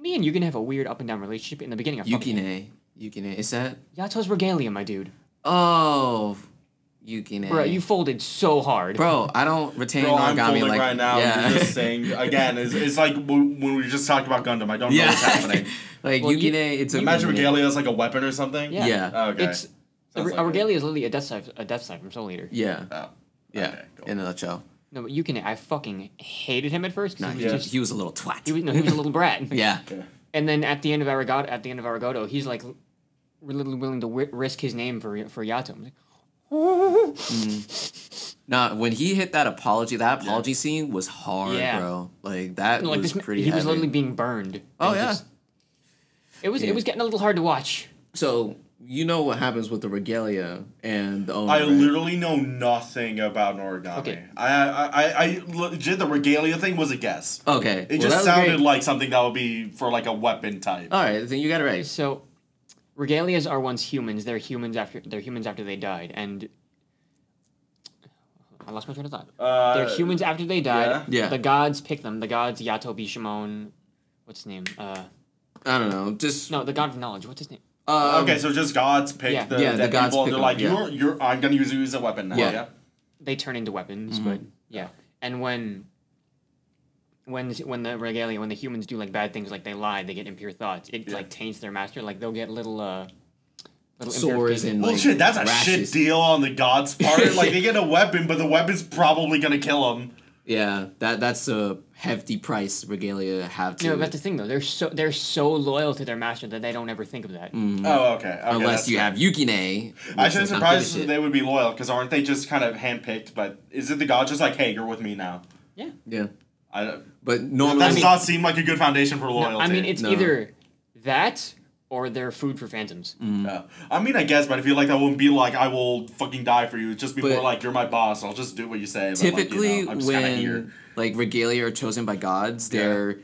Speaker 1: Me and Yukine have a weird up and down relationship. In the beginning, I fucking hate-
Speaker 2: Yukine. Yukine. Is that?
Speaker 1: Yato's regalia, my dude.
Speaker 2: Oh, Yukine.
Speaker 1: Bro, you folded so hard.
Speaker 2: Bro, I don't retain
Speaker 3: Bro, I'm
Speaker 2: origami
Speaker 3: folding
Speaker 2: like
Speaker 3: right now.
Speaker 2: Yeah.
Speaker 3: You're just saying again. It's, it's like w- when we just talked about Gundam. I don't know
Speaker 2: yeah.
Speaker 3: what's
Speaker 2: <laughs>
Speaker 3: happening.
Speaker 2: like
Speaker 1: Well, you-
Speaker 2: Yukine, it's a
Speaker 3: Imagine Uh, regalia is like a weapon or something.
Speaker 1: Yeah.
Speaker 2: Yeah.
Speaker 3: Okay.
Speaker 1: It's a,
Speaker 3: Sounds
Speaker 1: re-
Speaker 3: like
Speaker 1: a
Speaker 3: it.
Speaker 1: regalia is literally a death side, a death side from Soul Eater.
Speaker 2: Yeah.
Speaker 3: Oh,
Speaker 2: Yeah.
Speaker 3: okay, cool.
Speaker 2: In a nutshell.
Speaker 1: No, but Yukine, I fucking hated him at first. 'cause he was
Speaker 3: Yeah.
Speaker 1: just
Speaker 2: He was a little twat.
Speaker 1: he was no, he was a little brat.
Speaker 2: <laughs> yeah.
Speaker 3: Okay.
Speaker 1: And then at the end of Arigato, at the end of Arigato, he's like, literally willing to wi- risk his name for for Yato. I'm like,
Speaker 2: Nah, when he hit that apology, that apology scene was hard,
Speaker 1: Yeah.
Speaker 2: bro. Like that
Speaker 1: No, <laughs> like
Speaker 2: was
Speaker 1: this, ma-
Speaker 2: pretty.
Speaker 1: he was
Speaker 2: heavy.
Speaker 1: literally being burned.
Speaker 2: Oh,
Speaker 1: and
Speaker 2: yeah.
Speaker 1: it was
Speaker 2: Yeah.
Speaker 1: it was getting a little hard to watch.
Speaker 2: So you know what happens with the regalia and the owner.
Speaker 3: I
Speaker 2: right?
Speaker 3: literally know nothing about an origami.
Speaker 1: Okay.
Speaker 3: I, I, I, I legit the regalia thing was a guess.
Speaker 2: Okay.
Speaker 3: It
Speaker 2: well, that
Speaker 3: just
Speaker 2: was
Speaker 3: sounded
Speaker 2: great. Uh,
Speaker 3: like something that would be for like a weapon type.
Speaker 2: All right, then you got it right.
Speaker 1: So, regalias are once humans. They're humans after they're humans after they died, and I lost my train of thought.
Speaker 3: Uh,
Speaker 1: they're humans after they died.
Speaker 2: yeah. Yeah.
Speaker 1: The gods pick them. The gods Yato Bishimon. What's his name? Uh,
Speaker 2: I don't know. Just
Speaker 1: no, the god of knowledge. What's his name?
Speaker 2: um,
Speaker 3: okay, so just gods pick
Speaker 1: Yeah.
Speaker 3: the,
Speaker 2: Yeah,
Speaker 3: the
Speaker 2: the gods
Speaker 3: people.
Speaker 2: pick
Speaker 3: and they're
Speaker 2: them,
Speaker 3: like,
Speaker 2: yeah.
Speaker 3: you're, you're. I'm gonna use you as a weapon now.
Speaker 2: Yeah.
Speaker 3: Yeah.
Speaker 1: they turn into weapons,
Speaker 3: Mm-hmm.
Speaker 1: but yeah. And when when when the regalia when the humans do like bad things, like they lie, they get impure thoughts. It
Speaker 3: Yeah.
Speaker 1: like taints their master. Like they'll get little uh little
Speaker 2: Sores
Speaker 1: impurifications.
Speaker 2: and
Speaker 3: Well,
Speaker 2: like,
Speaker 3: shit, that's a
Speaker 2: rashes.
Speaker 3: shit deal on the gods'
Speaker 2: <laughs>
Speaker 3: part. like they get a weapon, but the weapon's probably gonna kill them.
Speaker 2: Yeah, that that's a hefty price regalia have to.
Speaker 1: No, but that's the thing though. They're so they're so loyal to their master that they don't ever think of that.
Speaker 3: Oh, okay. okay
Speaker 2: Mm-hmm. unless
Speaker 3: that's
Speaker 2: you
Speaker 3: fair.
Speaker 2: have Yukine.
Speaker 3: I
Speaker 2: which
Speaker 3: should
Speaker 2: is-
Speaker 3: be
Speaker 2: I'm
Speaker 3: surprised
Speaker 2: giving a
Speaker 3: that
Speaker 2: shit.
Speaker 3: they would be loyal, because aren't they just kind of handpicked? But is it the god just like, hey, you're with me now?
Speaker 1: Yeah.
Speaker 2: Yeah,
Speaker 3: I, that
Speaker 2: but normally
Speaker 3: does
Speaker 1: mean-
Speaker 3: not seem like a good foundation for loyalty.
Speaker 1: I mean, it's
Speaker 2: No.
Speaker 1: either that or they're food for phantoms.
Speaker 3: Yeah. I mean, I guess, but I feel like that wouldn't be like I will fucking die for you. It'd just be
Speaker 2: But-
Speaker 3: more like you're my boss. I'll just do what you say. But like,
Speaker 2: typically
Speaker 3: you know, I'm just kinda
Speaker 2: when
Speaker 3: here.
Speaker 2: like regalia are chosen by gods,
Speaker 3: Yeah.
Speaker 2: they're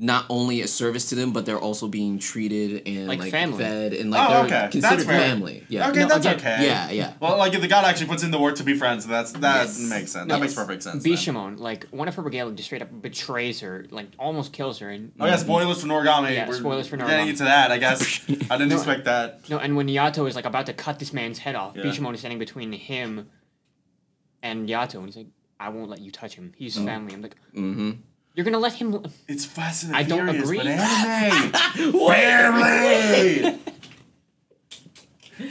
Speaker 2: not only a service to them, but they're also being treated and like,
Speaker 1: Like family.
Speaker 2: fed and like
Speaker 3: Oh,
Speaker 2: they're
Speaker 3: okay. That's
Speaker 2: considered
Speaker 3: fair.
Speaker 2: family. Yeah.
Speaker 3: okay,
Speaker 1: No,
Speaker 3: that's
Speaker 1: again-
Speaker 3: okay.
Speaker 2: Yeah, yeah.
Speaker 3: Well, like if the god actually puts in the work to be friends, that's that
Speaker 2: Yes.
Speaker 3: makes sense.
Speaker 1: No,
Speaker 3: That makes
Speaker 1: it's
Speaker 3: perfect sense. then.
Speaker 1: Bishamon, like one of her regalia, just straight up betrays her, like almost kills her, and
Speaker 3: Oh yeah, spoilers for Norigami.
Speaker 1: Mm-hmm. Yeah,
Speaker 3: We're
Speaker 1: spoilers for
Speaker 3: Getting
Speaker 1: Norigami.
Speaker 3: into that, I
Speaker 1: <laughs>
Speaker 3: guess. I didn't
Speaker 1: No,
Speaker 3: expect that.
Speaker 1: No, and when Yato is like about to cut this man's head off,
Speaker 3: Yeah.
Speaker 1: Bishimon is standing between him and Yato, and he's like, "I won't let you touch him. He's
Speaker 3: Mm.
Speaker 1: family." I'm like,
Speaker 2: Mm-hmm.
Speaker 1: "You're gonna let him?"
Speaker 3: It's Fast and
Speaker 1: I don't
Speaker 3: Furious,
Speaker 1: agree.
Speaker 3: but
Speaker 1: <laughs>
Speaker 3: anime.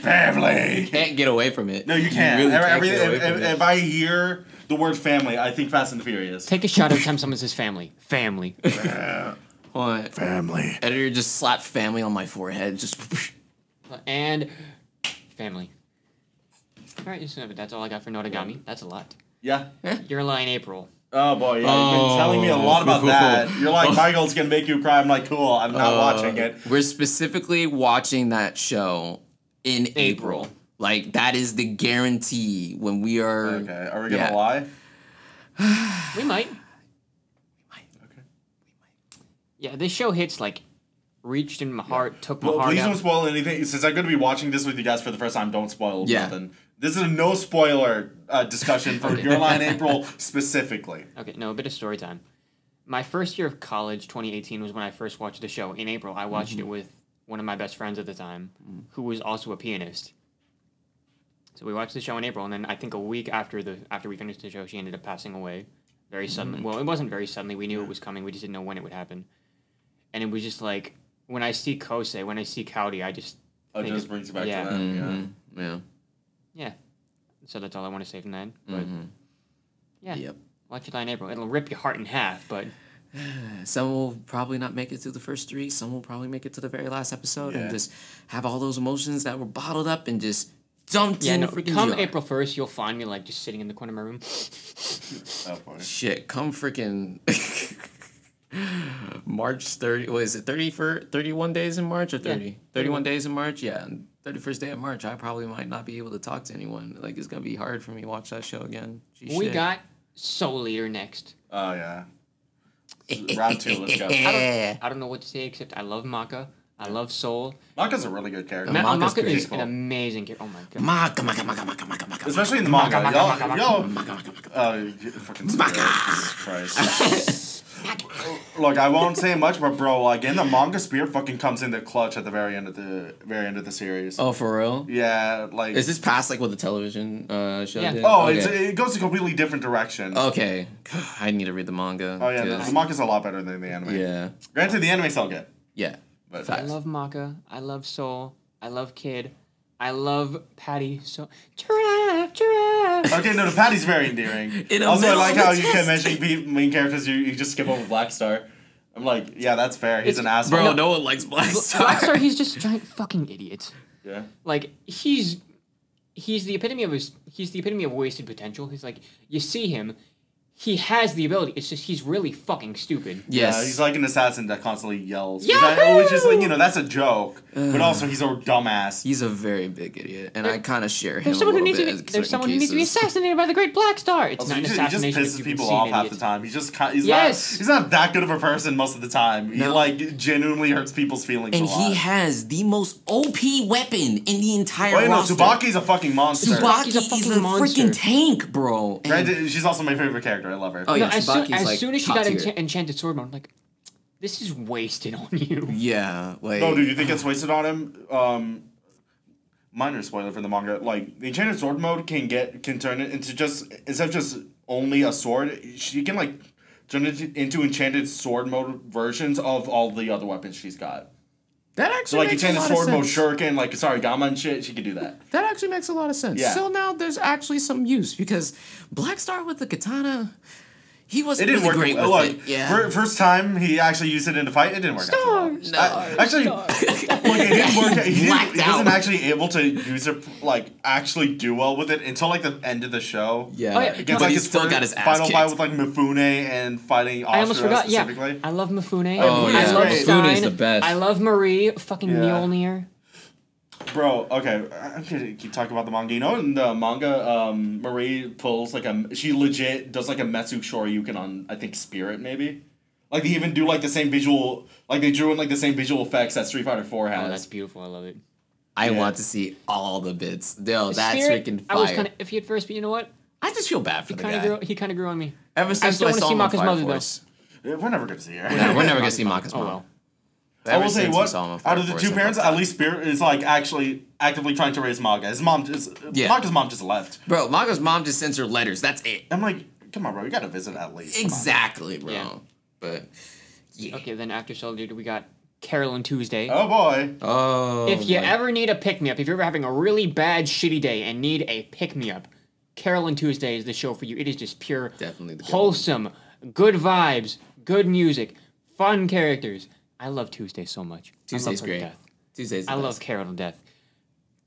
Speaker 3: Family. Family.
Speaker 2: Can't get away from it.
Speaker 3: No, you can't.
Speaker 2: really can't
Speaker 3: Every-
Speaker 2: get
Speaker 3: every-
Speaker 2: away
Speaker 3: if,
Speaker 2: from
Speaker 3: if-
Speaker 2: it.
Speaker 3: if I hear the word family, I think Fast and the Furious.
Speaker 1: Take a shot every time someone says family.
Speaker 3: <laughs>
Speaker 1: Family.
Speaker 2: Hold on.
Speaker 3: Family.
Speaker 2: Editor just slapped family on my forehead. Just
Speaker 3: <laughs>
Speaker 1: and family. All right, so that's all I got for Noragami. That's a lot.
Speaker 3: Yeah.
Speaker 1: You're lying, April.
Speaker 3: Oh boy, yeah, you've been telling me a lot <laughs> about that. You're like, Michael's gonna make you cry. I'm like, cool. I'm not watching it.
Speaker 2: We're specifically watching that show in April.
Speaker 1: April.
Speaker 2: Like that is the guarantee when we are.
Speaker 3: Okay, are we gonna
Speaker 2: yeah.
Speaker 3: lie?
Speaker 1: We might. Yeah, this show hits like reached in my heart, took my
Speaker 3: Well,
Speaker 1: heart
Speaker 3: please
Speaker 1: out.
Speaker 3: don't spoil anything. Since I'm gonna be watching this with you guys for the first time, don't spoil
Speaker 2: Yeah.
Speaker 3: nothing. This is a no spoiler uh, discussion for Your
Speaker 1: <laughs>
Speaker 3: Line April specifically.
Speaker 1: Okay, no, a bit of story time. My first year of college, 2018, was when I first watched the show. In April, I watched it with one of my best friends at the time, who was also a pianist. So we watched the show in April, and then I think a week after the after we finished the show, she ended up passing away very suddenly. Well, it wasn't very suddenly. We knew it was coming. We just didn't know when it would happen. And it was just like when I see Kosei, when I see Cowdy, I just
Speaker 3: Oh,
Speaker 1: think
Speaker 3: just
Speaker 1: of-
Speaker 3: brings you back
Speaker 1: yeah.
Speaker 3: to that. Yeah.
Speaker 2: Mhm. Yeah.
Speaker 1: yeah. So that's all I want to say from that. But yeah,
Speaker 2: Yep.
Speaker 1: watch it in April. It'll rip your heart in half, but.
Speaker 2: Some will probably not make it to the first three. Some will probably make it to the very last episode and
Speaker 3: Yeah.
Speaker 2: just have all those emotions that were bottled up and just dumped
Speaker 1: Yeah,
Speaker 2: in
Speaker 1: no,
Speaker 2: the freaking
Speaker 1: come
Speaker 2: jar.
Speaker 1: April first, you'll find me like just sitting in the corner of my room.
Speaker 3: Oh, boy.
Speaker 2: Shit, come freaking. <laughs> March 30, what is it, 30 for 31 days in March or 30? 31 days in March, yeah. and 31st day of March, I probably might not be able to talk to anyone. Like, it's going to be hard for me to watch that show again. Gee,
Speaker 1: We
Speaker 2: shit.
Speaker 1: got Soul Eater next.
Speaker 3: Oh yeah. <laughs>
Speaker 2: eh,
Speaker 3: Round two. Let's go.
Speaker 1: I don't,
Speaker 2: Yeah.
Speaker 1: I don't know what to say except I love Maka. I love Soul.
Speaker 3: Maka's a really good character,
Speaker 2: Ma-
Speaker 1: Ma-
Speaker 2: Maka's
Speaker 1: Maka
Speaker 2: great.
Speaker 1: is an amazing character. Oh my god.
Speaker 2: Maka, maka, maka, maka, maka, maka.
Speaker 3: especially in the manga.
Speaker 1: Maka,
Speaker 3: y'all,
Speaker 1: Maka, Maka,
Speaker 3: y'all,
Speaker 2: Maka, maka, maka.
Speaker 3: uh, y- fucking Maka. Jesus Christ. <laughs> Look, I won't say much, but bro, like in the manga, Spear fucking comes in the clutch at the very end of the very end of the series.
Speaker 2: Oh, for real?
Speaker 3: Yeah, like.
Speaker 2: Is this past like what the television uh, show
Speaker 1: Yeah.
Speaker 2: did?
Speaker 3: oh, it's,
Speaker 2: okay.
Speaker 3: it goes a completely different direction.
Speaker 2: okay. <sighs> I need to read the manga.
Speaker 3: oh yeah, the,
Speaker 2: 'cause-
Speaker 3: the manga's a lot better than the anime.
Speaker 2: yeah.
Speaker 3: Granted, the anime's all good,
Speaker 2: Yeah.
Speaker 3: but
Speaker 1: I love Maka. I love Soul. I love Kid. I love Patty. So giraffe, giraffe.
Speaker 2: <laughs>
Speaker 3: Okay, no, the Patty's very endearing.
Speaker 2: In the
Speaker 3: also, I
Speaker 2: middle
Speaker 3: like
Speaker 2: of
Speaker 3: how
Speaker 2: the
Speaker 3: you
Speaker 2: test.
Speaker 3: can mention pe- main characters, you, you just skip over Black Star. I'm like, yeah, that's fair. He's
Speaker 1: It's-
Speaker 3: an asshole.
Speaker 2: Bro, no, one likes Black Star.
Speaker 1: Blackstar, he's just a giant fucking idiot.
Speaker 3: Yeah.
Speaker 1: Like he's he's the epitome of his he's the epitome of wasted potential. He's like you see him, he has the ability. It's just he's really fucking stupid.
Speaker 2: <laughs> Yes.
Speaker 3: Yeah, he's like an assassin that constantly yells. Which, I, which is like, you know, that's a joke. But also, he's a dumbass.
Speaker 2: He's a very big idiot, and I kind of share him.
Speaker 1: There's
Speaker 2: a
Speaker 1: someone who
Speaker 2: little
Speaker 1: needs to be,
Speaker 2: bit in
Speaker 1: there's
Speaker 2: certain
Speaker 1: someone who needs to be
Speaker 2: cases.
Speaker 1: assassinated by the Great Black Star. It's
Speaker 3: Also,
Speaker 1: not
Speaker 3: he,
Speaker 1: an
Speaker 3: just, he just
Speaker 1: assassination.
Speaker 3: pisses
Speaker 1: if you can
Speaker 3: people
Speaker 1: see an
Speaker 3: off half the
Speaker 1: idiot.
Speaker 3: time. He's just ki- he's
Speaker 1: Yes.
Speaker 3: not he's not that good of a person most of the time. He
Speaker 2: No.
Speaker 3: like genuinely hurts people's feelings.
Speaker 2: And
Speaker 3: a lot.
Speaker 2: he has the most OP weapon in the entire
Speaker 3: Oh, you know,
Speaker 2: roster.
Speaker 3: Tsubaki's a fucking monster.
Speaker 2: Tsubaki
Speaker 1: He's a
Speaker 2: is
Speaker 1: fucking
Speaker 2: a
Speaker 1: monster.
Speaker 2: freaking tank, bro. And
Speaker 3: Granted, she's also my favorite character. I love her.
Speaker 2: Oh, yeah.
Speaker 1: No, as soon,
Speaker 2: Tsubaki's,
Speaker 1: as,
Speaker 2: like,
Speaker 1: soon as she
Speaker 2: top
Speaker 1: got
Speaker 2: tier.
Speaker 1: encha- enchanted sword mode, I'm like, this is wasted on
Speaker 3: <laughs>
Speaker 1: you.
Speaker 2: yeah, like
Speaker 3: No, Oh, dude, you think it's wasted on him? Um, minor spoiler for the manga. Like the enchanted sword mode can get can turn it into just instead of just only a sword, she can like turn it into enchanted sword mode versions of all the other weapons she's got.
Speaker 2: that actually
Speaker 3: So like enchanted sword mode shuriken, like sorry, Gama and shit, she could do that.
Speaker 2: That actually makes a lot of sense.
Speaker 3: Yeah.
Speaker 2: So now there's actually some use because Black Star with the katana, he
Speaker 3: It
Speaker 2: wasn't
Speaker 3: didn't
Speaker 2: really
Speaker 3: work.
Speaker 2: great with
Speaker 3: look,
Speaker 2: it. Yeah.
Speaker 3: fir- first time he actually used it in the fight, it didn't work. after all.
Speaker 1: Stars,
Speaker 2: No.
Speaker 3: I- actually, <laughs> Like it didn't work. He, didn't,
Speaker 2: Blacked
Speaker 3: he wasn't
Speaker 2: out.
Speaker 3: actually able to use it, like actually do well with it until like the end of the show.
Speaker 2: yeah.
Speaker 1: Oh, yeah,
Speaker 3: Against,
Speaker 1: But
Speaker 2: but
Speaker 3: like,
Speaker 2: he
Speaker 3: his
Speaker 2: still
Speaker 3: first
Speaker 2: got his ass
Speaker 3: final
Speaker 2: kicked.
Speaker 3: fight with like Mifune and fighting Ashura
Speaker 1: I almost forgot. Yeah,
Speaker 3: specifically.
Speaker 1: I love Mifune.
Speaker 3: Oh,
Speaker 1: I
Speaker 3: yeah.
Speaker 1: love
Speaker 3: Mifune is
Speaker 1: Stein.
Speaker 2: the best.
Speaker 1: I love Marie. Fucking
Speaker 3: Yeah.
Speaker 1: Mjolnir.
Speaker 3: Bro, okay, I- I'm gonna keep talking about the manga. You know, in the manga, um, Marie pulls like a she legit does like a Metsu Shoryuken on I think Spirit maybe. Like they even do like the same visual, like they drew in like the same visual effects that Street Fighter Four
Speaker 1: Oh,
Speaker 3: has.
Speaker 1: that's beautiful. I love it.
Speaker 2: I
Speaker 3: Yeah.
Speaker 2: want to see all the bits. Yo, that's
Speaker 1: Spirit,
Speaker 2: freaking
Speaker 1: I was
Speaker 2: fire.
Speaker 1: kind of iffy at first, but you know what?
Speaker 2: I just feel bad for the
Speaker 1: Kind
Speaker 2: guy.
Speaker 1: of grew. He kind of grew on me.
Speaker 2: Ever since
Speaker 1: still
Speaker 2: I,
Speaker 1: wanna
Speaker 2: saw
Speaker 1: see
Speaker 2: him on
Speaker 1: Maka's
Speaker 2: Fire
Speaker 1: mother, though.
Speaker 2: Force.
Speaker 3: Yeah, We're never gonna see her.
Speaker 2: Yeah, we're never gonna see Maka's
Speaker 1: Oh
Speaker 2: mom.
Speaker 1: well.
Speaker 3: I will say what out of the two parents, at least Spirit is like actually actively trying to raise Manga. His mom just
Speaker 2: Yeah.
Speaker 3: Manga's mom just left.
Speaker 2: bro, Maka's mom just sends her letters. That's it.
Speaker 3: I'm like, come on, bro, you gotta visit at least. Come on.
Speaker 2: Exactly, bro.
Speaker 1: Yeah.
Speaker 2: But yeah.
Speaker 1: Okay, then after Soldier, we got Carolyn Tuesday.
Speaker 3: Oh boy.
Speaker 2: Oh.
Speaker 1: if you
Speaker 2: my-
Speaker 1: ever need a pick me up, if you're ever having a really bad, shitty day and need a pick me up, Carolyn Tuesday is the show for you. It is just pure,
Speaker 2: Definitely the good
Speaker 1: wholesome, good vibes, good music, fun characters. I love Tuesday so much. I love
Speaker 2: Tuesday's
Speaker 1: her to
Speaker 2: great.
Speaker 1: Death.
Speaker 2: Tuesday's. The
Speaker 1: I love
Speaker 2: best.
Speaker 1: Carolyn to Death.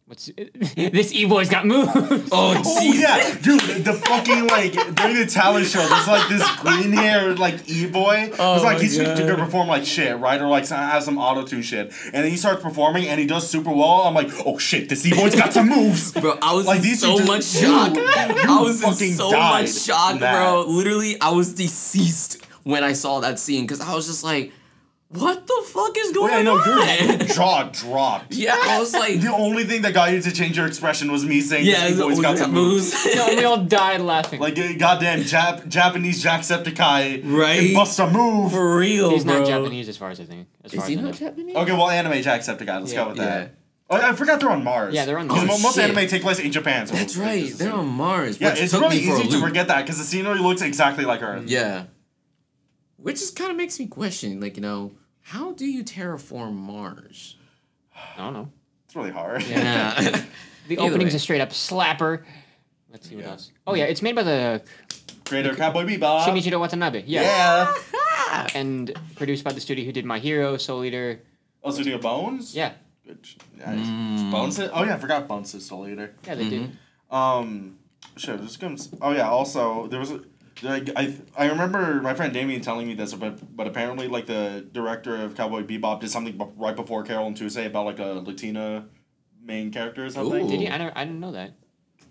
Speaker 1: What's <laughs> this? E boy's got moves.
Speaker 2: <laughs> Oh,
Speaker 3: Oh
Speaker 2: jeez.
Speaker 3: yeah, dude, the fucking like during the talent show, there's like this green haired like e boy.
Speaker 2: Oh,
Speaker 3: it's like
Speaker 2: my
Speaker 3: he's
Speaker 2: God.
Speaker 3: gonna perform like shit, right? Or like have some auto tune shit, and then he starts performing and he does super well. I'm like, oh shit, this e boy's got some
Speaker 2: <laughs>
Speaker 3: moves.
Speaker 2: Bro, I was
Speaker 3: Like,
Speaker 2: in
Speaker 3: these
Speaker 2: so
Speaker 3: two just-
Speaker 2: much shock.
Speaker 3: You-
Speaker 2: I was in
Speaker 3: fucking
Speaker 2: so
Speaker 3: died
Speaker 2: much shock,
Speaker 3: from that.
Speaker 2: bro. Literally, I was deceased when I saw that scene because I was just like, "What the fuck is going
Speaker 3: Yeah, I know
Speaker 2: on?" <laughs>
Speaker 3: your jaw dropped.
Speaker 2: yeah, I was like,
Speaker 3: The only thing that got you to change your expression was me saying,
Speaker 2: <laughs> "Yeah,
Speaker 3: "This
Speaker 2: it's
Speaker 3: e boy's
Speaker 2: always
Speaker 3: got some moves." <laughs>
Speaker 1: No, we all died laughing.
Speaker 3: Like uh, goddamn Jap- Japanese Jacksepticeye
Speaker 2: Right?
Speaker 3: can bust a move.
Speaker 2: For real,
Speaker 1: He's
Speaker 2: bro.
Speaker 1: not Japanese, as far as I think. As
Speaker 2: Is
Speaker 1: far
Speaker 2: he
Speaker 1: as I
Speaker 2: not
Speaker 1: know.
Speaker 2: Japanese?
Speaker 3: Okay, well, anime Jacksepticeye. Let's
Speaker 1: Yeah.
Speaker 3: go with that. Oh, I forgot they're on Mars.
Speaker 1: Yeah, they're on
Speaker 3: Because
Speaker 1: Mars.
Speaker 3: mo- most
Speaker 2: Shit.
Speaker 3: anime take place in Japan. So
Speaker 2: That's
Speaker 3: it's
Speaker 2: right.
Speaker 3: just-
Speaker 2: They're on Mars.
Speaker 3: Yeah,
Speaker 2: which
Speaker 3: it's
Speaker 2: took
Speaker 3: really
Speaker 2: me for a
Speaker 3: easy to
Speaker 2: loop.
Speaker 3: forget that because the scenery looks exactly like Earth.
Speaker 2: Yeah. Which just kind of makes me question, like, you know, how do you terraform Mars?
Speaker 1: I don't know.
Speaker 3: It's really hard. <laughs>
Speaker 2: Yeah.
Speaker 1: The
Speaker 2: Either
Speaker 1: opening's
Speaker 2: way.
Speaker 1: a straight up slapper. Let's see what
Speaker 3: Yeah.
Speaker 1: else. Oh yeah, it's made by the
Speaker 3: Creator Cowboy Bebop.
Speaker 1: Shinichiro Watanabe. Yeah.
Speaker 3: yeah.
Speaker 1: And produced by the studio who did My Hero, Soul Eater.
Speaker 3: Also, do Bones?
Speaker 1: Yeah.
Speaker 3: Which- yeah, it's- it's
Speaker 2: Mm.
Speaker 3: Bones? Oh, yeah, I forgot Bones is still later.
Speaker 1: Yeah, they did.
Speaker 3: Um, sure, this comes. Oh, yeah, also, there was a. Like, I I remember my friend Damien telling me this, but but apparently like the director of Cowboy Bebop did something b- right before Carol and Tuesday about like a Latina main character or something.
Speaker 2: Ooh.
Speaker 1: Did he? I, never, I didn't know that.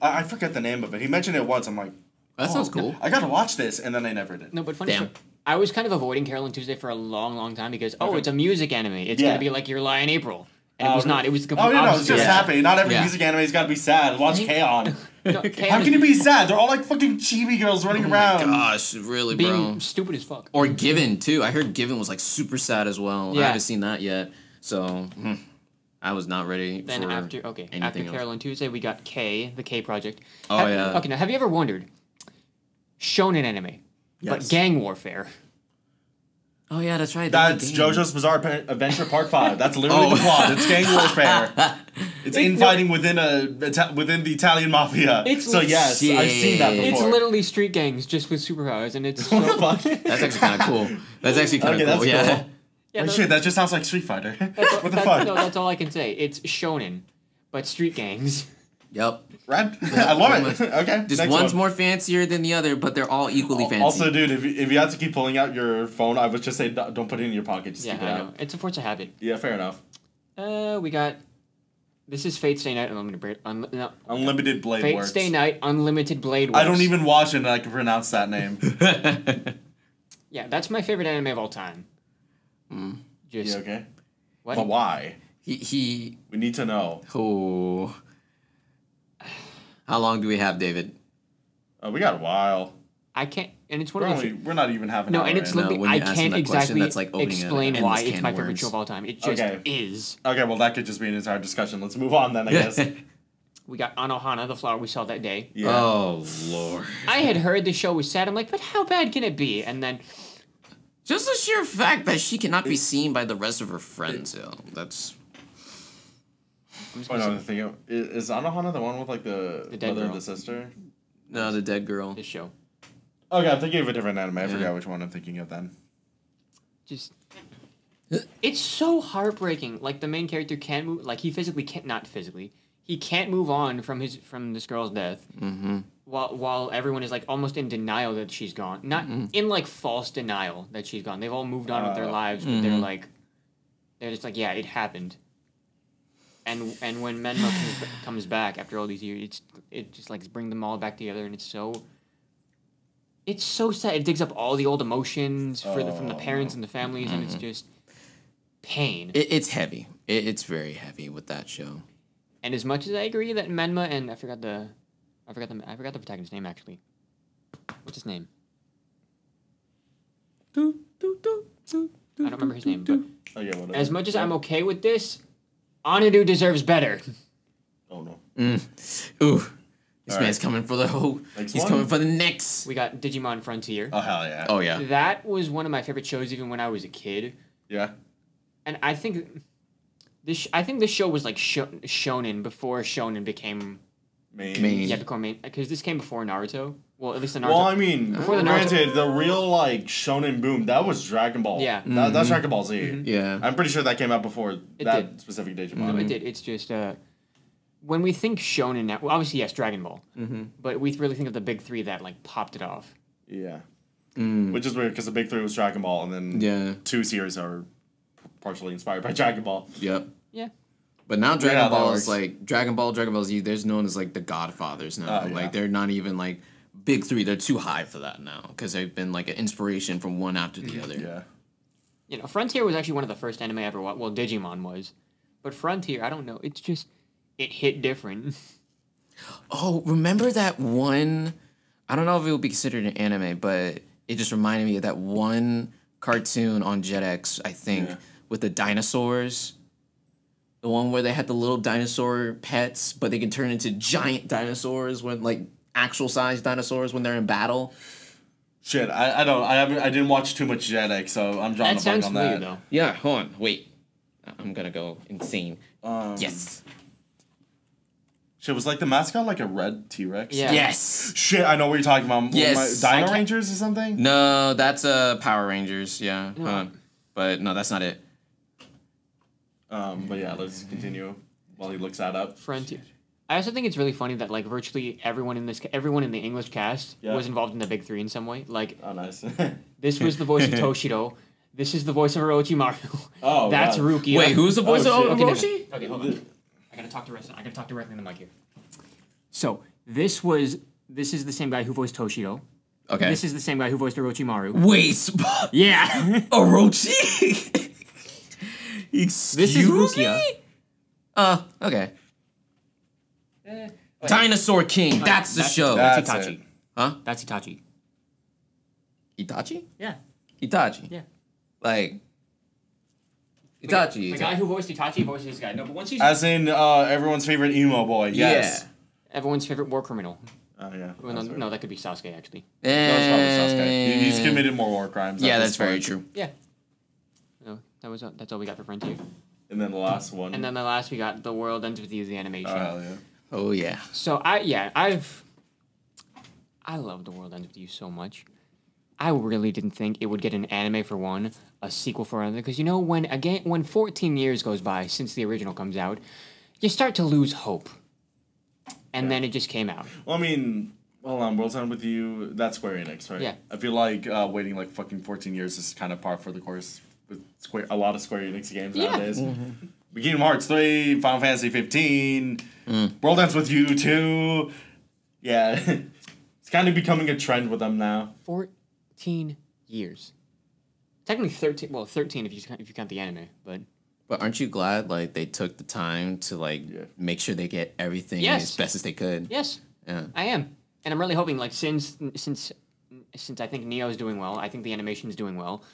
Speaker 3: I, I forget the name of it. He mentioned it once. I'm like,
Speaker 2: <laughs> That
Speaker 3: "Oh,
Speaker 2: sounds cool.
Speaker 3: I gotta watch this, and then I never did.
Speaker 1: No, but funny.
Speaker 2: Damn.
Speaker 1: story, I was kind of avoiding Carolyn Tuesday for a long, long time because oh,
Speaker 3: Okay.
Speaker 1: it's a music anime. It's
Speaker 3: Yeah.
Speaker 1: gonna be like your lie in April, and it
Speaker 3: Oh,
Speaker 1: was
Speaker 3: really?
Speaker 1: not. It was the complete
Speaker 3: Oh, you know, it's
Speaker 1: opposite.
Speaker 3: just
Speaker 2: Yeah.
Speaker 3: happy. Not every
Speaker 2: Yeah.
Speaker 3: music anime's gotta be sad. Watch
Speaker 2: <laughs>
Speaker 3: K-On!
Speaker 1: No, Kaon
Speaker 3: How
Speaker 1: is
Speaker 3: can you be sad? They're all like fucking chibi girls running
Speaker 2: Oh
Speaker 3: around.
Speaker 2: Gosh, really,
Speaker 1: Um, being
Speaker 2: bro.
Speaker 1: stupid as fuck?
Speaker 2: Or Given too. I heard Given was like super sad as well. I
Speaker 1: Yeah.
Speaker 2: haven't seen that yet, so hmm, I was not ready.
Speaker 1: Then
Speaker 2: for
Speaker 1: after okay, after
Speaker 2: anything else.
Speaker 1: Carolyn Tuesday, we got K, the K Project.
Speaker 2: Oh,
Speaker 1: Have-
Speaker 2: yeah.
Speaker 1: Okay, now have you ever wondered shonen anime,
Speaker 3: Yes.
Speaker 1: but gang warfare?
Speaker 2: Oh yeah, that's right.
Speaker 3: That's
Speaker 2: the game.
Speaker 3: JoJo's Bizarre Pa- Adventure Part Five. That's literally
Speaker 2: Oh.
Speaker 3: the plot. It's
Speaker 2: <laughs>
Speaker 3: gang warfare. It's infighting within a Ita- within the Italian mafia.
Speaker 1: It's
Speaker 3: so yes, I've seen that
Speaker 2: Shit.
Speaker 3: before.
Speaker 1: It's literally street gangs just with superpowers, and it's so, <laughs>
Speaker 3: What <laughs> the fuck?
Speaker 2: That's actually kind of cool. That's actually kind of
Speaker 3: Okay,
Speaker 2: cool.
Speaker 3: that's
Speaker 2: Yeah.
Speaker 3: cool.
Speaker 1: yeah,
Speaker 3: Wait,
Speaker 1: no,
Speaker 3: shit, that just sounds like Street Fighter. <laughs>
Speaker 1: that's-
Speaker 3: what the
Speaker 1: that-
Speaker 3: fuck?
Speaker 1: No, that's all I can say. It's shonen, but street gangs. <laughs>
Speaker 2: Yep.
Speaker 3: Red? I love it. okay.
Speaker 2: Just
Speaker 3: next
Speaker 2: one's
Speaker 3: one.
Speaker 2: more fancier than the other, but they're all equally fancy.
Speaker 3: Also, dude, if you, if you have to keep pulling out your phone, I would just say "No, don't put it in your pocket. Just
Speaker 1: Yeah,
Speaker 3: keep it
Speaker 1: I
Speaker 3: out.
Speaker 1: know. It's a force of habit.
Speaker 3: Yeah, fair enough.
Speaker 1: Uh, we got. This is Fate Stay Night Unlimited Blade. Un, no,
Speaker 3: Unlimited blade
Speaker 1: Fate
Speaker 3: works.
Speaker 1: Stay Night Unlimited Blade. Works.
Speaker 3: I don't even watch it, and I can pronounce that name.
Speaker 1: <laughs> Yeah, that's my favorite anime of all time.
Speaker 3: you
Speaker 1: Just
Speaker 3: Hmm. okay?
Speaker 1: what?
Speaker 3: But why?
Speaker 2: he, he.
Speaker 3: We need to know.
Speaker 2: Oh. How long do we have, David?
Speaker 3: Oh, we got a while.
Speaker 1: I can't, and it's one
Speaker 3: We're,
Speaker 1: of those.
Speaker 3: only, we're not even having.
Speaker 1: No,
Speaker 3: an
Speaker 1: and
Speaker 3: hour
Speaker 1: it's
Speaker 3: in.
Speaker 2: No,
Speaker 1: literally
Speaker 2: when
Speaker 1: I
Speaker 2: you ask him
Speaker 1: can't
Speaker 2: that question,
Speaker 1: exactly
Speaker 2: that's like opening an
Speaker 1: explain
Speaker 2: endless
Speaker 1: why
Speaker 2: can
Speaker 1: it's
Speaker 2: of
Speaker 1: my favorite
Speaker 2: worms.
Speaker 1: show of all time. It just
Speaker 3: Okay.
Speaker 1: is.
Speaker 3: okay. Well, that could just be an entire discussion. Let's move on then. I
Speaker 2: <laughs>
Speaker 1: <laughs>
Speaker 3: guess.
Speaker 1: We got Anohana, the flower we saw
Speaker 3: <laughs>
Speaker 1: that day.
Speaker 3: Yeah.
Speaker 2: Oh lord.
Speaker 1: I had heard the show was sad. I'm like, but how bad can it be? And then
Speaker 2: Just the sheer fact that she cannot be seen by the rest of her friends. Yo, that's
Speaker 1: I'm just
Speaker 3: Oh
Speaker 1: gonna
Speaker 3: no, the
Speaker 1: say
Speaker 3: thing is, is Anohana the one with like the,
Speaker 1: The dead
Speaker 3: mother and
Speaker 1: girl.
Speaker 3: the sister?
Speaker 2: no the dead girl.
Speaker 1: this show
Speaker 3: Okay, I'm thinking of a different anime. I
Speaker 2: Yeah.
Speaker 3: forgot which one I'm thinking of then.
Speaker 1: just. It's so heartbreaking. Like the main character can't move. Like he physically can't, not physically. He can't move on from his from this girl's death.
Speaker 2: Mm-hmm.
Speaker 1: While while everyone is like almost in denial that she's gone, not in like false denial that she's gone. They've all moved on with their
Speaker 3: Uh,
Speaker 1: lives, but they're like, they're just like, yeah, it happened. And and when Menma comes, ba- comes back after all these years, it's it just like bring them all back together, and it's so. It's so sad. It digs up all the old emotions for the, from the
Speaker 3: Oh.
Speaker 1: parents and the families, and it's just pain.
Speaker 2: It, it's heavy. It, it's very heavy with that show.
Speaker 1: And as much as I agree that Menma and I forgot the, I forgot the I forgot the protagonist's name actually. What's his name? I don't remember his name. But
Speaker 3: Okay, whatever.
Speaker 1: as much as I'm okay with this, Anadu deserves better.
Speaker 3: Oh no.
Speaker 2: Ooh, this
Speaker 3: All
Speaker 2: man's
Speaker 3: right.
Speaker 2: coming for the whole.
Speaker 3: Next
Speaker 2: he's
Speaker 3: one.
Speaker 2: coming for the next.
Speaker 1: We got Digimon Frontier.
Speaker 3: Oh hell yeah.
Speaker 2: Oh yeah.
Speaker 1: That was one of my favorite shows, even when I was a kid.
Speaker 3: Yeah.
Speaker 1: And I think this sh- I think this show was like sho- shonen before shonen became
Speaker 3: Main.
Speaker 2: Main.
Speaker 1: yeah became main because this came before Naruto. Well, at least the Naruto.
Speaker 3: Well, I mean,
Speaker 1: Before the Naruto-
Speaker 3: granted, the real like shonen boom that was Dragon Ball.
Speaker 1: Yeah. Mm-hmm.
Speaker 3: That, that's Dragon Ball Z.
Speaker 2: Yeah.
Speaker 3: I'm pretty sure that came out before
Speaker 1: It
Speaker 3: that
Speaker 1: did.
Speaker 3: specific Digimon.
Speaker 1: No, it did. It's just uh, when we think shonen now, well, obviously yes, Dragon Ball, mm-hmm. but we really think of the big three that like popped it off.
Speaker 3: Yeah. Which is weird because the big three was Dragon Ball, and then
Speaker 2: Mm. Yeah.
Speaker 3: two series are partially inspired by <laughs> Dragon Ball.
Speaker 2: Yep.
Speaker 1: Yeah,
Speaker 2: But now Dragon
Speaker 3: that
Speaker 2: Ball
Speaker 3: works.
Speaker 2: is like Dragon Ball, Dragon Ball Z. There's known as like the Godfathers now.
Speaker 3: Oh, yeah.
Speaker 2: Like they're not even like big three. They're too high for that now because they've been like an inspiration from one after the other.
Speaker 3: Yeah.
Speaker 1: you know, Frontier was actually one of the first anime I ever watched. Well, Digimon was, but Frontier, I don't know. It's just it hit different.
Speaker 2: Oh, remember that one? I don't know if it would be considered an anime, but it just reminded me of that one cartoon on JetX, I think,
Speaker 3: Yeah.
Speaker 2: with the dinosaurs. The one where they had the little dinosaur pets, but they can turn into giant dinosaurs when like actual sized dinosaurs when they're in battle.
Speaker 3: Shit, I, I don't I haven't I didn't watch too much Jedek, so I'm drawing
Speaker 1: that
Speaker 3: a blank
Speaker 1: sounds
Speaker 3: on
Speaker 1: familiar
Speaker 3: that.
Speaker 1: though.
Speaker 2: Yeah, hold on, wait. I'm gonna go insane.
Speaker 3: Um,
Speaker 2: Yes.
Speaker 3: Shit, was like the mascot like a red T Rex?
Speaker 1: Yeah.
Speaker 2: Yes.
Speaker 3: Shit, I know what you're talking about. What
Speaker 2: Yes.
Speaker 3: am I-
Speaker 2: I
Speaker 3: Dino
Speaker 2: can't-
Speaker 3: Rangers or something?
Speaker 2: No, that's uh Power Rangers, yeah. hold on. But no, that's not it.
Speaker 3: Um, but yeah, let's continue while he looks that up.
Speaker 1: Frontier. I also think it's really funny that like virtually everyone in this everyone in the English cast
Speaker 3: Yeah.
Speaker 1: was involved in the big three in some way. Like
Speaker 3: Oh, nice. <laughs>
Speaker 1: this was the voice of Toshiro. This is the voice of Orochimaru. <laughs>
Speaker 3: Oh,
Speaker 1: that's
Speaker 3: wow.
Speaker 1: Rukia.
Speaker 2: Wait, who's the voice
Speaker 3: Oh,
Speaker 2: of
Speaker 1: Okay, no, no.
Speaker 2: Orochi?
Speaker 1: Okay, hold on. I gotta talk to Resin. I gotta talk directly in the mic here. So this was this is the same guy who voiced Toshiro.
Speaker 2: Okay.
Speaker 1: This is the same guy who voiced
Speaker 2: <laughs>
Speaker 1: Orochimaru.
Speaker 2: Wait, Oh, sp-
Speaker 1: Yeah.
Speaker 3: <laughs>
Speaker 2: Orochi? Excuse
Speaker 1: This is Rukia.
Speaker 2: me? Uh, okay.
Speaker 1: Eh.
Speaker 2: Dinosaur King. That's the
Speaker 1: that's-
Speaker 2: show.
Speaker 1: that-
Speaker 3: That's
Speaker 1: Itachi.
Speaker 3: it.
Speaker 2: huh?
Speaker 1: <laughs> That's Itachi.
Speaker 2: Itachi?
Speaker 1: Yeah.
Speaker 2: Itachi.
Speaker 1: Yeah.
Speaker 2: Like Itachi.
Speaker 1: The guy who voiced Itachi voices this guy. No, but once he's
Speaker 3: As in uh, everyone's favorite emo boy. Yes.
Speaker 1: everyone's favorite war criminal.
Speaker 3: Oh, yeah.
Speaker 1: Well, no,
Speaker 3: That's right.
Speaker 1: no, that could be Sasuke actually.
Speaker 2: Yeah.
Speaker 3: That was probably Sasuke. He-
Speaker 2: And-
Speaker 3: He's committed more war crimes. at
Speaker 2: Yeah,
Speaker 3: this
Speaker 2: that's very
Speaker 3: point.
Speaker 2: true.
Speaker 1: Yeah. So that was uh, that's all we got for Frontier.
Speaker 3: And then the last one.
Speaker 1: And then the last we got the world ends with you the animation.
Speaker 3: Oh, hell yeah.
Speaker 2: Oh yeah.
Speaker 1: So I yeah I've I love the world ends with you so much. I really didn't think it would get an anime for one, a sequel for another, because you know when again when 14 years goes by since the original comes out, you start to lose hope. And then it just came out.
Speaker 3: Well, I mean, hold on. World's End with You, that's Square Enix, right?
Speaker 1: Yeah.
Speaker 3: I feel like uh, waiting like fucking 14 years is kind of par for the course with Square, a lot of Square Enix games
Speaker 1: Yeah.
Speaker 3: nowadays.
Speaker 2: Mm-hmm.
Speaker 3: But Kingdom Hearts 3, Final Fantasy 15,
Speaker 2: Mm.
Speaker 3: World Ends with You 2. Yeah. <laughs> it's kind of becoming a trend with them now.
Speaker 1: 14 years. Technically 13, well 13 if you count- if you count the anime, but
Speaker 2: But aren't you glad like they took the time to like
Speaker 3: Yeah.
Speaker 2: make sure they get everything
Speaker 1: Yes.
Speaker 2: as best as they could?
Speaker 1: yes,
Speaker 2: Yeah.
Speaker 1: I am, and I'm really hoping like since since since I think Neo's doing well, I think the animation's doing well.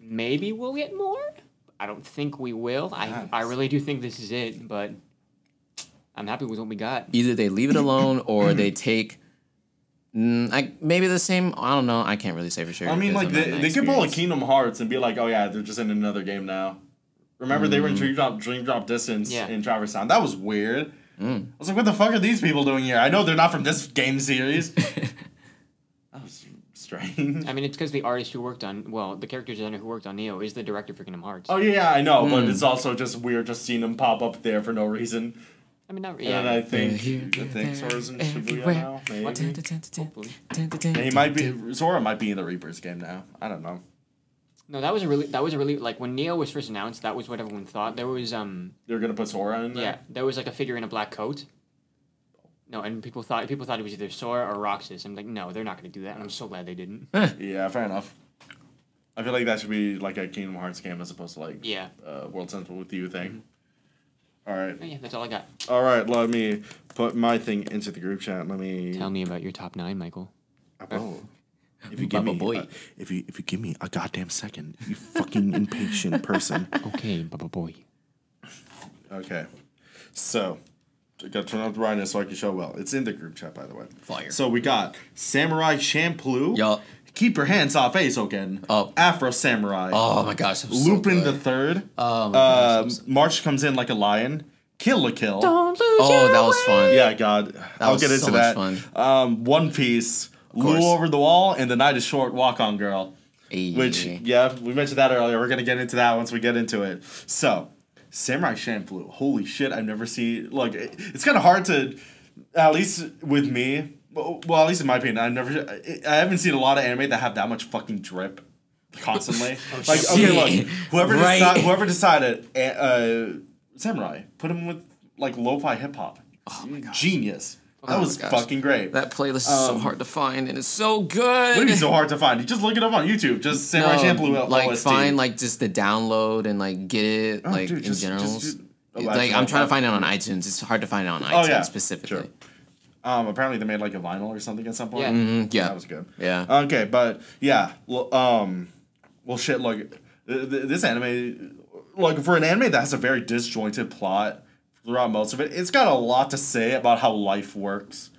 Speaker 1: Maybe we'll get more. I don't think we will. I I
Speaker 3: Nice.
Speaker 1: really do think this is it, but I'm happy with what we got.
Speaker 2: Either they <clears throat> leave it alone or they take mm, I, maybe the same. I don't know. I can't really say for sure.
Speaker 3: I mean,
Speaker 2: because
Speaker 3: like,
Speaker 2: I'm not
Speaker 3: they,
Speaker 2: in that
Speaker 3: they could pull a
Speaker 2: experience.
Speaker 3: Kingdom Hearts and be like, oh, yeah, they're just in another game now. Remember, they were
Speaker 2: Mm.
Speaker 3: in Dream Drop, Dream Drop Distance
Speaker 1: Yeah.
Speaker 3: in Traverse Sound. That was weird.
Speaker 2: Mm.
Speaker 3: I was like, what the fuck are these people doing here? I know they're not from this game
Speaker 2: <laughs>
Speaker 3: series. that was strange.
Speaker 1: I mean, it's because the artist who worked on well, the character designer who worked on Neo is the director for Kingdom Hearts.
Speaker 3: Oh, yeah, yeah, I know,
Speaker 2: Mm.
Speaker 3: but it's also just weird just seeing them pop up there for no reason.
Speaker 1: I mean, not
Speaker 3: And I
Speaker 1: yeah.
Speaker 3: think,
Speaker 2: They're
Speaker 3: I
Speaker 2: here,
Speaker 3: think
Speaker 2: they're
Speaker 3: Sora's in Shibuya
Speaker 2: everywhere.
Speaker 3: now. Maybe.
Speaker 2: Dun, dun, dun, dun,
Speaker 1: Hopefully.
Speaker 2: dun, dun, dun,
Speaker 3: And he might
Speaker 2: dun,
Speaker 3: be, Sora might be in the Reapers game now. I don't know.
Speaker 1: No, that was a really that was a really like when Neo was first announced. That was what everyone thought. There was um
Speaker 3: They're going to put Sora in there?
Speaker 1: Yeah, there was like a figure in a black coat. No, and people thought people thought it was either Sora or Roxas. I'm like, no, they're not gonna do that, and I'm so glad
Speaker 3: <laughs>
Speaker 1: they didn't.
Speaker 3: Yeah, fair enough. I feel like that should be like a Kingdom Hearts game as opposed to like
Speaker 1: Yeah. Mm-hmm.
Speaker 3: uh, World Central with You thing. All right,
Speaker 1: But yeah, that's all I got.
Speaker 3: all right. Let me put my thing into the group chat. Let me.
Speaker 1: Tell me about your top nine, Michael.
Speaker 3: <laughs> Oh. If you give
Speaker 2: Baba
Speaker 3: me,
Speaker 2: boy.
Speaker 3: uh, if you if you give me a goddamn second, you fucking impatient person.
Speaker 1: Okay, Bubba Boy.
Speaker 3: <laughs> Okay, so I gotta turn off the brightness so I can show well. It's in the group chat, by the way.
Speaker 2: Fire.
Speaker 3: So we got Samurai Champloo.
Speaker 2: Yup.
Speaker 3: Keep your hands off Azoken.
Speaker 2: Oh.
Speaker 3: Afro Samurai.
Speaker 2: Oh my gosh, I'm so
Speaker 3: Lupin
Speaker 2: good.
Speaker 3: the Third.
Speaker 2: Oh my gosh,
Speaker 3: uh,
Speaker 2: I'm so-
Speaker 3: March comes in like a lion. Kill a kill.
Speaker 2: Oh, that was fun.
Speaker 3: Yeah, God, I'll
Speaker 2: was
Speaker 3: get into
Speaker 2: so much
Speaker 3: that.
Speaker 2: fun.
Speaker 3: Um, One Piece,
Speaker 2: course.
Speaker 3: Lou over the wall, and the night is short. Walk on girl.
Speaker 2: Ayy.
Speaker 3: Which yeah, we mentioned that earlier. We're gonna get into that once we get into it. So, Samurai Champloo. Holy shit! I've never seen. Look, it, it's kind of hard to, at least with me. Well, well, at least in my opinion, I've never. I, I haven't seen a lot of anime that have that much fucking drip.
Speaker 2: <laughs>
Speaker 3: Constantly, like okay,
Speaker 2: Oh, shit.
Speaker 3: look, whoever
Speaker 2: Right.
Speaker 3: deci- whoever decided eh, uh, samurai, put him with like lo-fi hip hop. Oh my god, genius! That
Speaker 2: Oh my
Speaker 3: was
Speaker 2: gosh.
Speaker 3: fucking great.
Speaker 2: that playlist is
Speaker 3: Um,
Speaker 2: so hard to find and it's so good.
Speaker 3: Literally so hard to find. You just look it up on YouTube. Just Samurai
Speaker 2: No,
Speaker 3: Champloo.
Speaker 2: like
Speaker 3: OST.
Speaker 2: find like just the download and like get it
Speaker 3: Oh,
Speaker 2: like
Speaker 3: dude,
Speaker 2: in
Speaker 3: just-
Speaker 2: general.
Speaker 3: just do- Oh,
Speaker 2: like
Speaker 3: actually,
Speaker 2: I'm trying
Speaker 3: I-
Speaker 2: to find it on iTunes. It's hard to find it on
Speaker 3: Oh
Speaker 2: iTunes
Speaker 3: yeah,
Speaker 2: specifically.
Speaker 3: Sure. Um, apparently they made like a vinyl or something at some point.
Speaker 1: Yeah.
Speaker 2: Mm, yeah.
Speaker 3: that was good.
Speaker 2: Yeah.
Speaker 3: Okay, but yeah, l- um, well, shit. Like th- th- this anime, like for an anime that has a very disjointed plot throughout most of it, it's got a lot to say about how life works.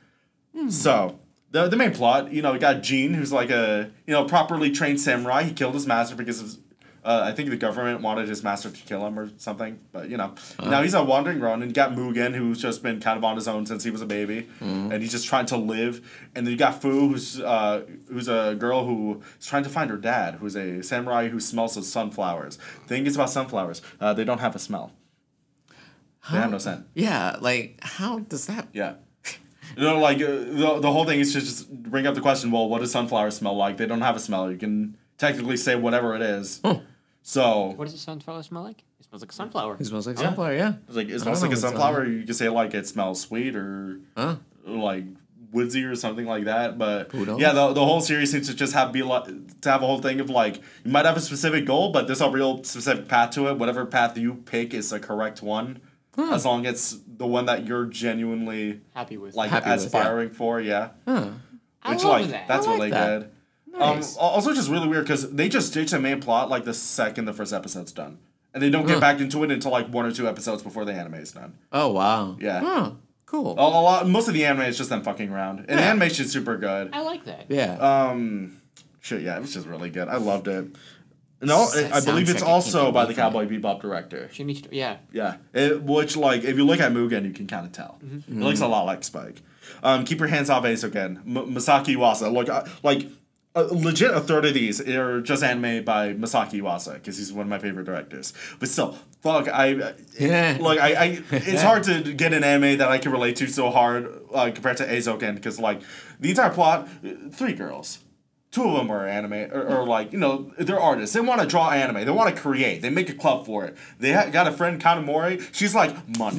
Speaker 3: So the the main plot, you know, we got Gene, who's like a you know properly trained samurai. He killed his master because of, uh, I think the government wanted his master to kill him or something. But you know, now he's a wandering around, and you got Mugen, who's just been kind of on his own since he was a baby, and he's just trying to live. And then you got Fu, who's uh, who's a girl who's trying to find her dad, who's a samurai who smells of sunflowers. Thing is about sunflowers, uh, they don't have a smell. They have no scent.
Speaker 2: Yeah, like how does that?
Speaker 3: Yeah. You know, like uh, the, the whole thing is to just bring up the question. Well, what does sunflower smell like? They don't have a smell. You can technically say whatever it is. So
Speaker 1: What does a sunflower smell like? It smells like a sunflower.
Speaker 2: It smells like sunflower. Yeah.
Speaker 3: it's like it smells
Speaker 2: know,
Speaker 3: like a
Speaker 2: it's, uh,
Speaker 3: sunflower. You can say like it smells sweet or
Speaker 2: Huh.
Speaker 3: like woodsy or something like that. But
Speaker 2: Who knows?
Speaker 3: yeah, the, the whole series seems to just have be like to have a whole thing of like you might have a specific goal, but there's a real specific path to it. Whatever path you pick is the correct one, as long as it's the one that you're genuinely
Speaker 1: Happy with.
Speaker 3: like
Speaker 2: Happy with, yeah.
Speaker 3: aspiring for. Yeah,
Speaker 2: Huh.
Speaker 1: I
Speaker 3: which
Speaker 1: love
Speaker 3: like
Speaker 1: that.
Speaker 3: that's
Speaker 2: I like
Speaker 3: really
Speaker 2: that.
Speaker 3: good.
Speaker 2: Nice.
Speaker 3: Um, al- also, just really weird because they just ditch the main plot like the second the first episode's done, and they don't get
Speaker 2: Huh.
Speaker 3: back into it until like one or two episodes before the anime is done.
Speaker 2: Oh wow.
Speaker 3: Yeah. Uh,
Speaker 2: Huh. Cool.
Speaker 3: A, a lot, most of the anime is just them fucking around, and the
Speaker 2: Yeah.
Speaker 3: animation's super good.
Speaker 1: I like that.
Speaker 2: Yeah.
Speaker 3: Um, shit, yeah, it was just really good. I loved it. No,
Speaker 2: S-
Speaker 3: I- I believe
Speaker 2: soundtrack, I
Speaker 3: it's
Speaker 2: can't
Speaker 3: also
Speaker 2: get
Speaker 3: by
Speaker 2: away
Speaker 3: the
Speaker 2: from
Speaker 3: Cowboy Bebop director.
Speaker 1: Shinichiro- yeah.
Speaker 3: Yeah, it, which like if you look at Mugen, you can kind of tell. It looks a lot like Spike. Um, keep your hands off Ace again. M- Masaki Iwasa. Look, I, like a, legit a third of these are just anime by Masaki Iwasa because he's one of my favorite directors. But still, fuck, I
Speaker 2: <laughs> Yeah.
Speaker 3: like I, I
Speaker 2: <laughs>
Speaker 3: it's hard to get an anime that I can relate to so hard uh, compared to Azoken because like the entire plot, uh, three girls. Two of them are anime, or, or like you know, they're artists. They want to draw anime. They want to create. They make a club for it. They ha- got a friend, Kanamori. She's like money,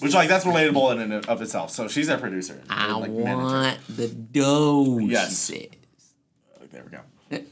Speaker 3: which like that's relatable in and of itself. So she's their producer.
Speaker 2: I
Speaker 3: like, manager.
Speaker 2: want the dough.
Speaker 3: Yes.
Speaker 2: She said.
Speaker 3: There we go.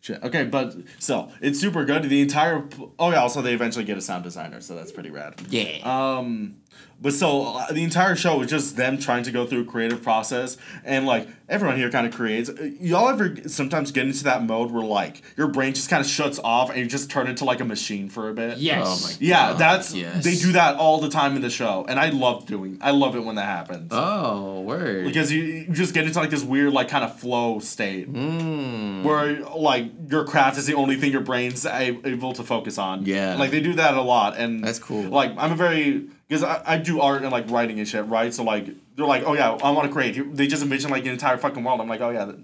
Speaker 3: Shit. Okay, but so it's super good. The entire pl- oh yeah. Also, they eventually get a sound designer, so that's pretty rad.
Speaker 2: Yeah.
Speaker 3: Um, but so uh, the entire show was just them trying to go through a creative process, and like everyone here kind of creates. Uh, Y'all ever g- sometimes get into that mode where like your brain just kind of shuts off and you just turn into like a machine for a bit?
Speaker 1: Yes.
Speaker 2: Oh my-
Speaker 3: Yeah,
Speaker 2: God,
Speaker 3: that's
Speaker 2: yes.
Speaker 3: they do that all the time in the show, and I love doing. I love it when that happens
Speaker 2: oh word.
Speaker 3: because you, you just get into like this weird like kind of flow state
Speaker 2: Mm,
Speaker 3: where like your craft is the only thing your brain's a- able to focus on
Speaker 2: Yeah.
Speaker 3: like they do that a lot and
Speaker 2: That's cool.
Speaker 3: like i'm a very because I, I do art and like writing and shit right so like they're like oh yeah i want to create they just envision like an entire fucking world i'm like oh yeah that-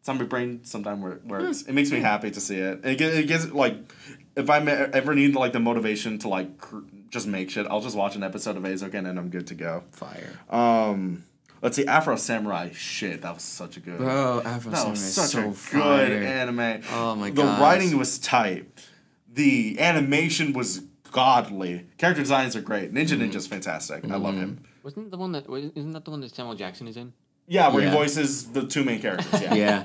Speaker 3: it's on my brain sometime where it works it makes me happy to see it it, ge- it gets like if i ever need like the motivation to like cr- just make shit i'll just watch an episode of azoken and i'm good to go
Speaker 2: Fire.
Speaker 3: um, let's see, Afro Samurai. Shit, that was such a good.
Speaker 2: Bro, Afro
Speaker 3: Um, that
Speaker 2: Samurai
Speaker 3: was
Speaker 2: is
Speaker 3: such
Speaker 2: so
Speaker 3: a
Speaker 2: fire.
Speaker 3: good anime.
Speaker 2: Oh my
Speaker 3: The
Speaker 2: gosh.
Speaker 3: writing was tight. The animation was godly. Character designs are great. Ninja
Speaker 2: Mm-hmm.
Speaker 3: Ninja's fantastic. I love him.
Speaker 1: Wasn't the one that wa- isn't that the one that Samuel Jackson is in?
Speaker 3: Yeah, where
Speaker 2: Yeah.
Speaker 3: he voices the two main characters. Yeah.
Speaker 2: <laughs> yeah.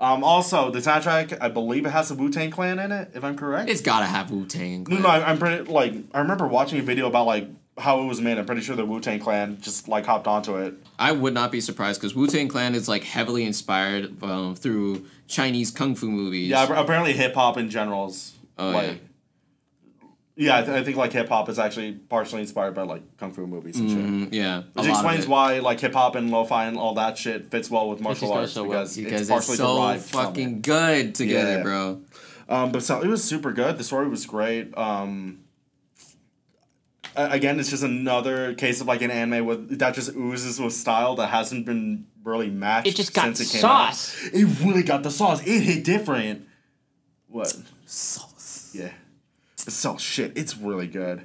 Speaker 3: Um. Also, the soundtrack. I believe it has the Wu Tang Clan in it. If I'm correct.
Speaker 2: It's gotta have Wu Tang.
Speaker 3: No, no, I, I'm pretty like I remember watching a video about like how it was made. I'm pretty sure the Wu Tang Clan just like hopped onto it.
Speaker 2: I would not be surprised because Wu Tang Clan is like heavily inspired um, through Chinese kung fu movies.
Speaker 3: Yeah, ap- apparently hip hop in general's
Speaker 2: Oh,
Speaker 3: like. Yeah. I, th- I think like hip hop is actually partially inspired by like kung fu movies and shit,
Speaker 2: Mm, yeah. a lot
Speaker 3: which
Speaker 2: of
Speaker 3: explains
Speaker 2: it.
Speaker 3: why like hip hop and lo-fi and all that shit fits well with martial
Speaker 1: just goes
Speaker 3: arts
Speaker 1: so well.
Speaker 3: because,
Speaker 2: Because
Speaker 3: it's
Speaker 2: it's,
Speaker 3: partially
Speaker 2: so
Speaker 3: derived
Speaker 2: fucking
Speaker 3: from it.
Speaker 2: good together,
Speaker 3: Yeah.
Speaker 2: bro.
Speaker 3: Um, but so it was super good. The story was great. Um, a- again, it's just another case of like an anime with that just oozes with style that hasn't been really matched.
Speaker 1: It just got
Speaker 3: since it came out.
Speaker 1: sauce.
Speaker 3: It really got the sauce. It hit different. What?
Speaker 2: Sauce.
Speaker 3: Yeah. It's all shit. It's really good.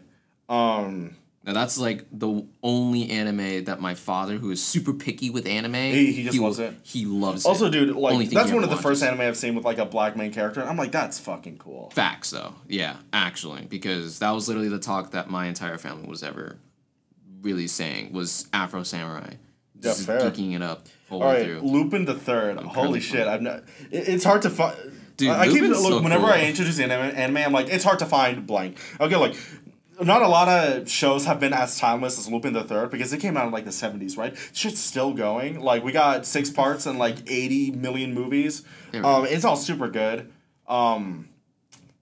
Speaker 3: Um
Speaker 2: Now that's like the only anime that my father, who is super picky with anime,
Speaker 3: He- he just loves
Speaker 2: will-
Speaker 3: it.
Speaker 2: He loves
Speaker 3: also
Speaker 2: it.
Speaker 3: dude,
Speaker 2: Only
Speaker 3: like
Speaker 2: thing
Speaker 3: that's
Speaker 2: he
Speaker 3: one of
Speaker 2: ever
Speaker 3: the first
Speaker 2: watches.
Speaker 3: anime I've seen with like a black main character, and I'm like, that's fucking cool.
Speaker 2: Facts though, yeah, actually, because that was literally the talk that my entire family was ever really saying was Afro Samurai.
Speaker 3: Yeah,
Speaker 2: Just
Speaker 3: fair.
Speaker 2: geeking it up all the
Speaker 3: All
Speaker 2: way
Speaker 3: right,
Speaker 2: through.
Speaker 3: Lupin the Third. Holy
Speaker 2: currently-
Speaker 3: shit! I've not. It, it's hard to find.
Speaker 2: Dude,
Speaker 3: I, I keep
Speaker 2: Lupin's
Speaker 3: look
Speaker 2: so
Speaker 3: whenever
Speaker 2: cool.
Speaker 3: I introduce anime, anime, I'm like, it's hard to find blank. Okay, like, not a lot of shows have been as timeless as Lupin the Third because it came out in like the '70s, right? Shit's still going. Like, we got six parts and like 80 million movies.
Speaker 2: There we
Speaker 3: Um, it's all super good. Um,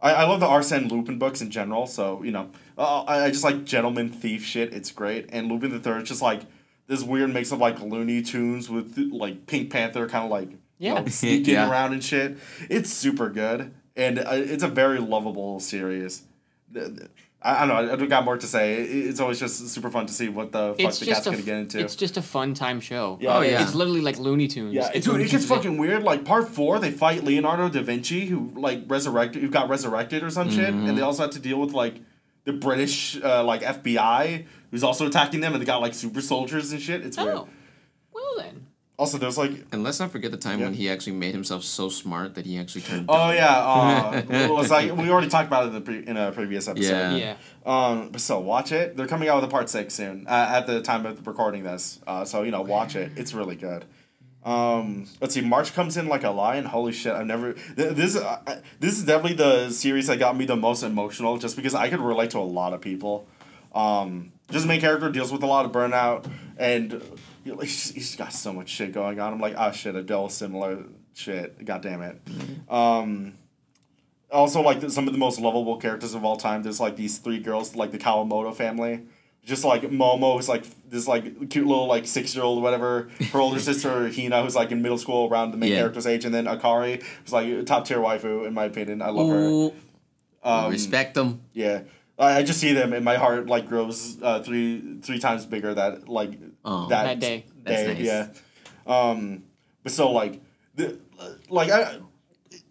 Speaker 3: I, I love the Arsene Lupin books in general. So you know, uh, I, I just like gentleman thief shit. It's great. And Lupin the Third is just like this weird mix of like Looney Tunes with like Pink Panther, kind of like you know,
Speaker 1: Yeah.
Speaker 3: sneaking
Speaker 2: Yeah.
Speaker 3: around and shit. It's super good, and uh, it's a very lovable series. Th- th- I, I don't know. I don't got more to say. It- It's always just super fun to see what the fuck
Speaker 1: It's
Speaker 3: the
Speaker 1: just
Speaker 3: cat's
Speaker 1: a
Speaker 3: gonna get
Speaker 1: f-
Speaker 3: into.
Speaker 1: it's just a fun time show.
Speaker 3: Yeah. Oh,
Speaker 2: yeah.
Speaker 1: It's literally like Looney Tunes.
Speaker 3: Yeah,
Speaker 1: It's
Speaker 3: dude,
Speaker 1: Looney
Speaker 3: it gets
Speaker 1: Tunes.
Speaker 3: fucking weird. Like part four, they fight
Speaker 1: Mm-hmm.
Speaker 3: Leonardo da Vinci, who like resurrected, who got resurrected or some shit, and they also had to deal with like the British uh, like FBI who's also attacking them, and they got like super soldiers and shit. It's weird.
Speaker 1: Oh, well then.
Speaker 3: Also, there's like,
Speaker 2: And let's not forget the time when
Speaker 3: Yeah.
Speaker 2: he actually made himself so smart that he actually turned.
Speaker 3: oh yeah,
Speaker 1: <laughs>
Speaker 3: uh, well, it's like we already talked about it in, the pre- in a previous episode.
Speaker 1: Yeah.
Speaker 2: Yeah.
Speaker 3: Um, but so watch it. They're coming out with a part six soon. Uh, at the time of recording this, uh, so you know, watch it. It's really good. Um, let's see. March comes in like a lion. Holy shit! I've never. Th- this uh, uh, this is definitely the series that got me the most emotional, just because I could relate to a lot of people. Um, just main character deals with a lot of burnout, and uh, you know, he's, he's got so much shit going on. I'm like, ah, shit, I dealt with similar shit. God damn it.
Speaker 2: Mm-hmm.
Speaker 3: Um, also, like some of the most lovable characters of all time. There's like these three girls, like the Kawamoto family. Just like Momo, who's like this like cute little like six year old whatever. Her
Speaker 2: <laughs>
Speaker 3: older sister Hina, who's like in middle school around the main
Speaker 2: Yeah.
Speaker 3: character's age, and then Akari, who's like top tier waifu in my opinion. I love her.
Speaker 2: Ooh,
Speaker 3: Um,
Speaker 2: respect him.
Speaker 3: yeah, I, I just see them and my heart like grows uh, three three times bigger that like
Speaker 2: Oh.
Speaker 1: That day.
Speaker 2: That's
Speaker 3: day,
Speaker 2: nice.
Speaker 3: Yeah. Um, but so like the like I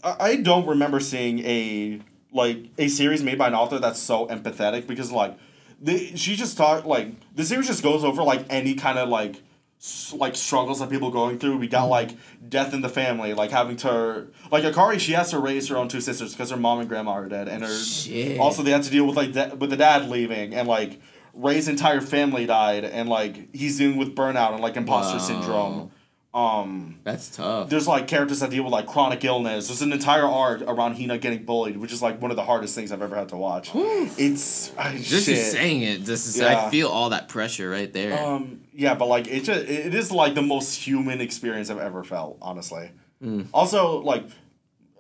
Speaker 3: I I don't remember seeing a like a series made by an author that's so empathetic because like the, she just talked like the series just goes over like any kind of like s- like struggles that people going through. We got like death in the family, like having to like Akari. She has to raise her own two sisters because her mom and grandma are dead, and her
Speaker 2: Shit.
Speaker 3: also they had to deal with like da- with the dad leaving and like Ray's entire family died, and like he's dealing with burnout and like imposter
Speaker 2: Wow.
Speaker 3: syndrome. Um,
Speaker 2: That's tough.
Speaker 3: there's like characters that deal with like chronic illness. There's an entire arc around Hina getting bullied, which is like one of the hardest things I've ever had to watch. It's I
Speaker 2: Just
Speaker 3: shit.
Speaker 2: you saying it, this is
Speaker 3: Yeah.
Speaker 2: I feel all that pressure right there.
Speaker 3: Um, yeah, but like it just it is like the most human experience I've ever felt, honestly. Also, like I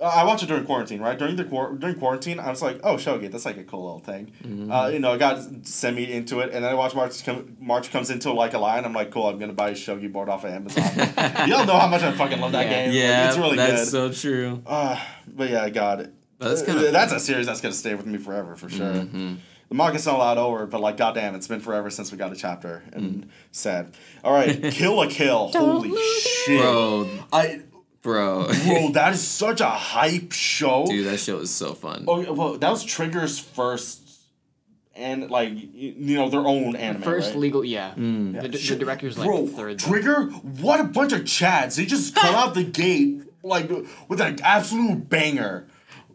Speaker 3: I watched it during quarantine, right? During the quar- during quarantine, I was like, oh, Shogi, that's like a cool little thing. Uh, you know, I got semi into it, and then I watched March come March comes into like a line. I'm like, cool, I'm gonna buy a Shogi board off of Amazon. Y'all know how much I fucking love that
Speaker 1: Yeah.
Speaker 3: game. Like, it's really
Speaker 2: that's
Speaker 3: good.
Speaker 2: so true.
Speaker 3: Uh, but yeah, God.
Speaker 2: That's
Speaker 3: Uh,
Speaker 2: kinda- Mm-hmm.
Speaker 3: that's a series that's gonna stay with me forever for sure. The manga's not a lot over, but like goddamn, it's been forever since we got a chapter
Speaker 2: Mm.
Speaker 3: and sad. All right,
Speaker 2: <laughs>
Speaker 3: Kill a Kill. Holy shit,
Speaker 2: Bro,
Speaker 3: I
Speaker 2: bro. <laughs>
Speaker 3: bro, that is such a hype show.
Speaker 2: Dude, that show is so fun.
Speaker 3: Oh yeah, well, that was Trigger's first, and like y- you know their own anime.
Speaker 1: First
Speaker 3: right?
Speaker 1: legal, yeah. The, d- the
Speaker 3: Shit.
Speaker 1: director's like
Speaker 3: Bro,
Speaker 1: third. though.
Speaker 3: Trigger, what a bunch of chads! They just
Speaker 1: <laughs>
Speaker 3: come out the gate like with an absolute banger.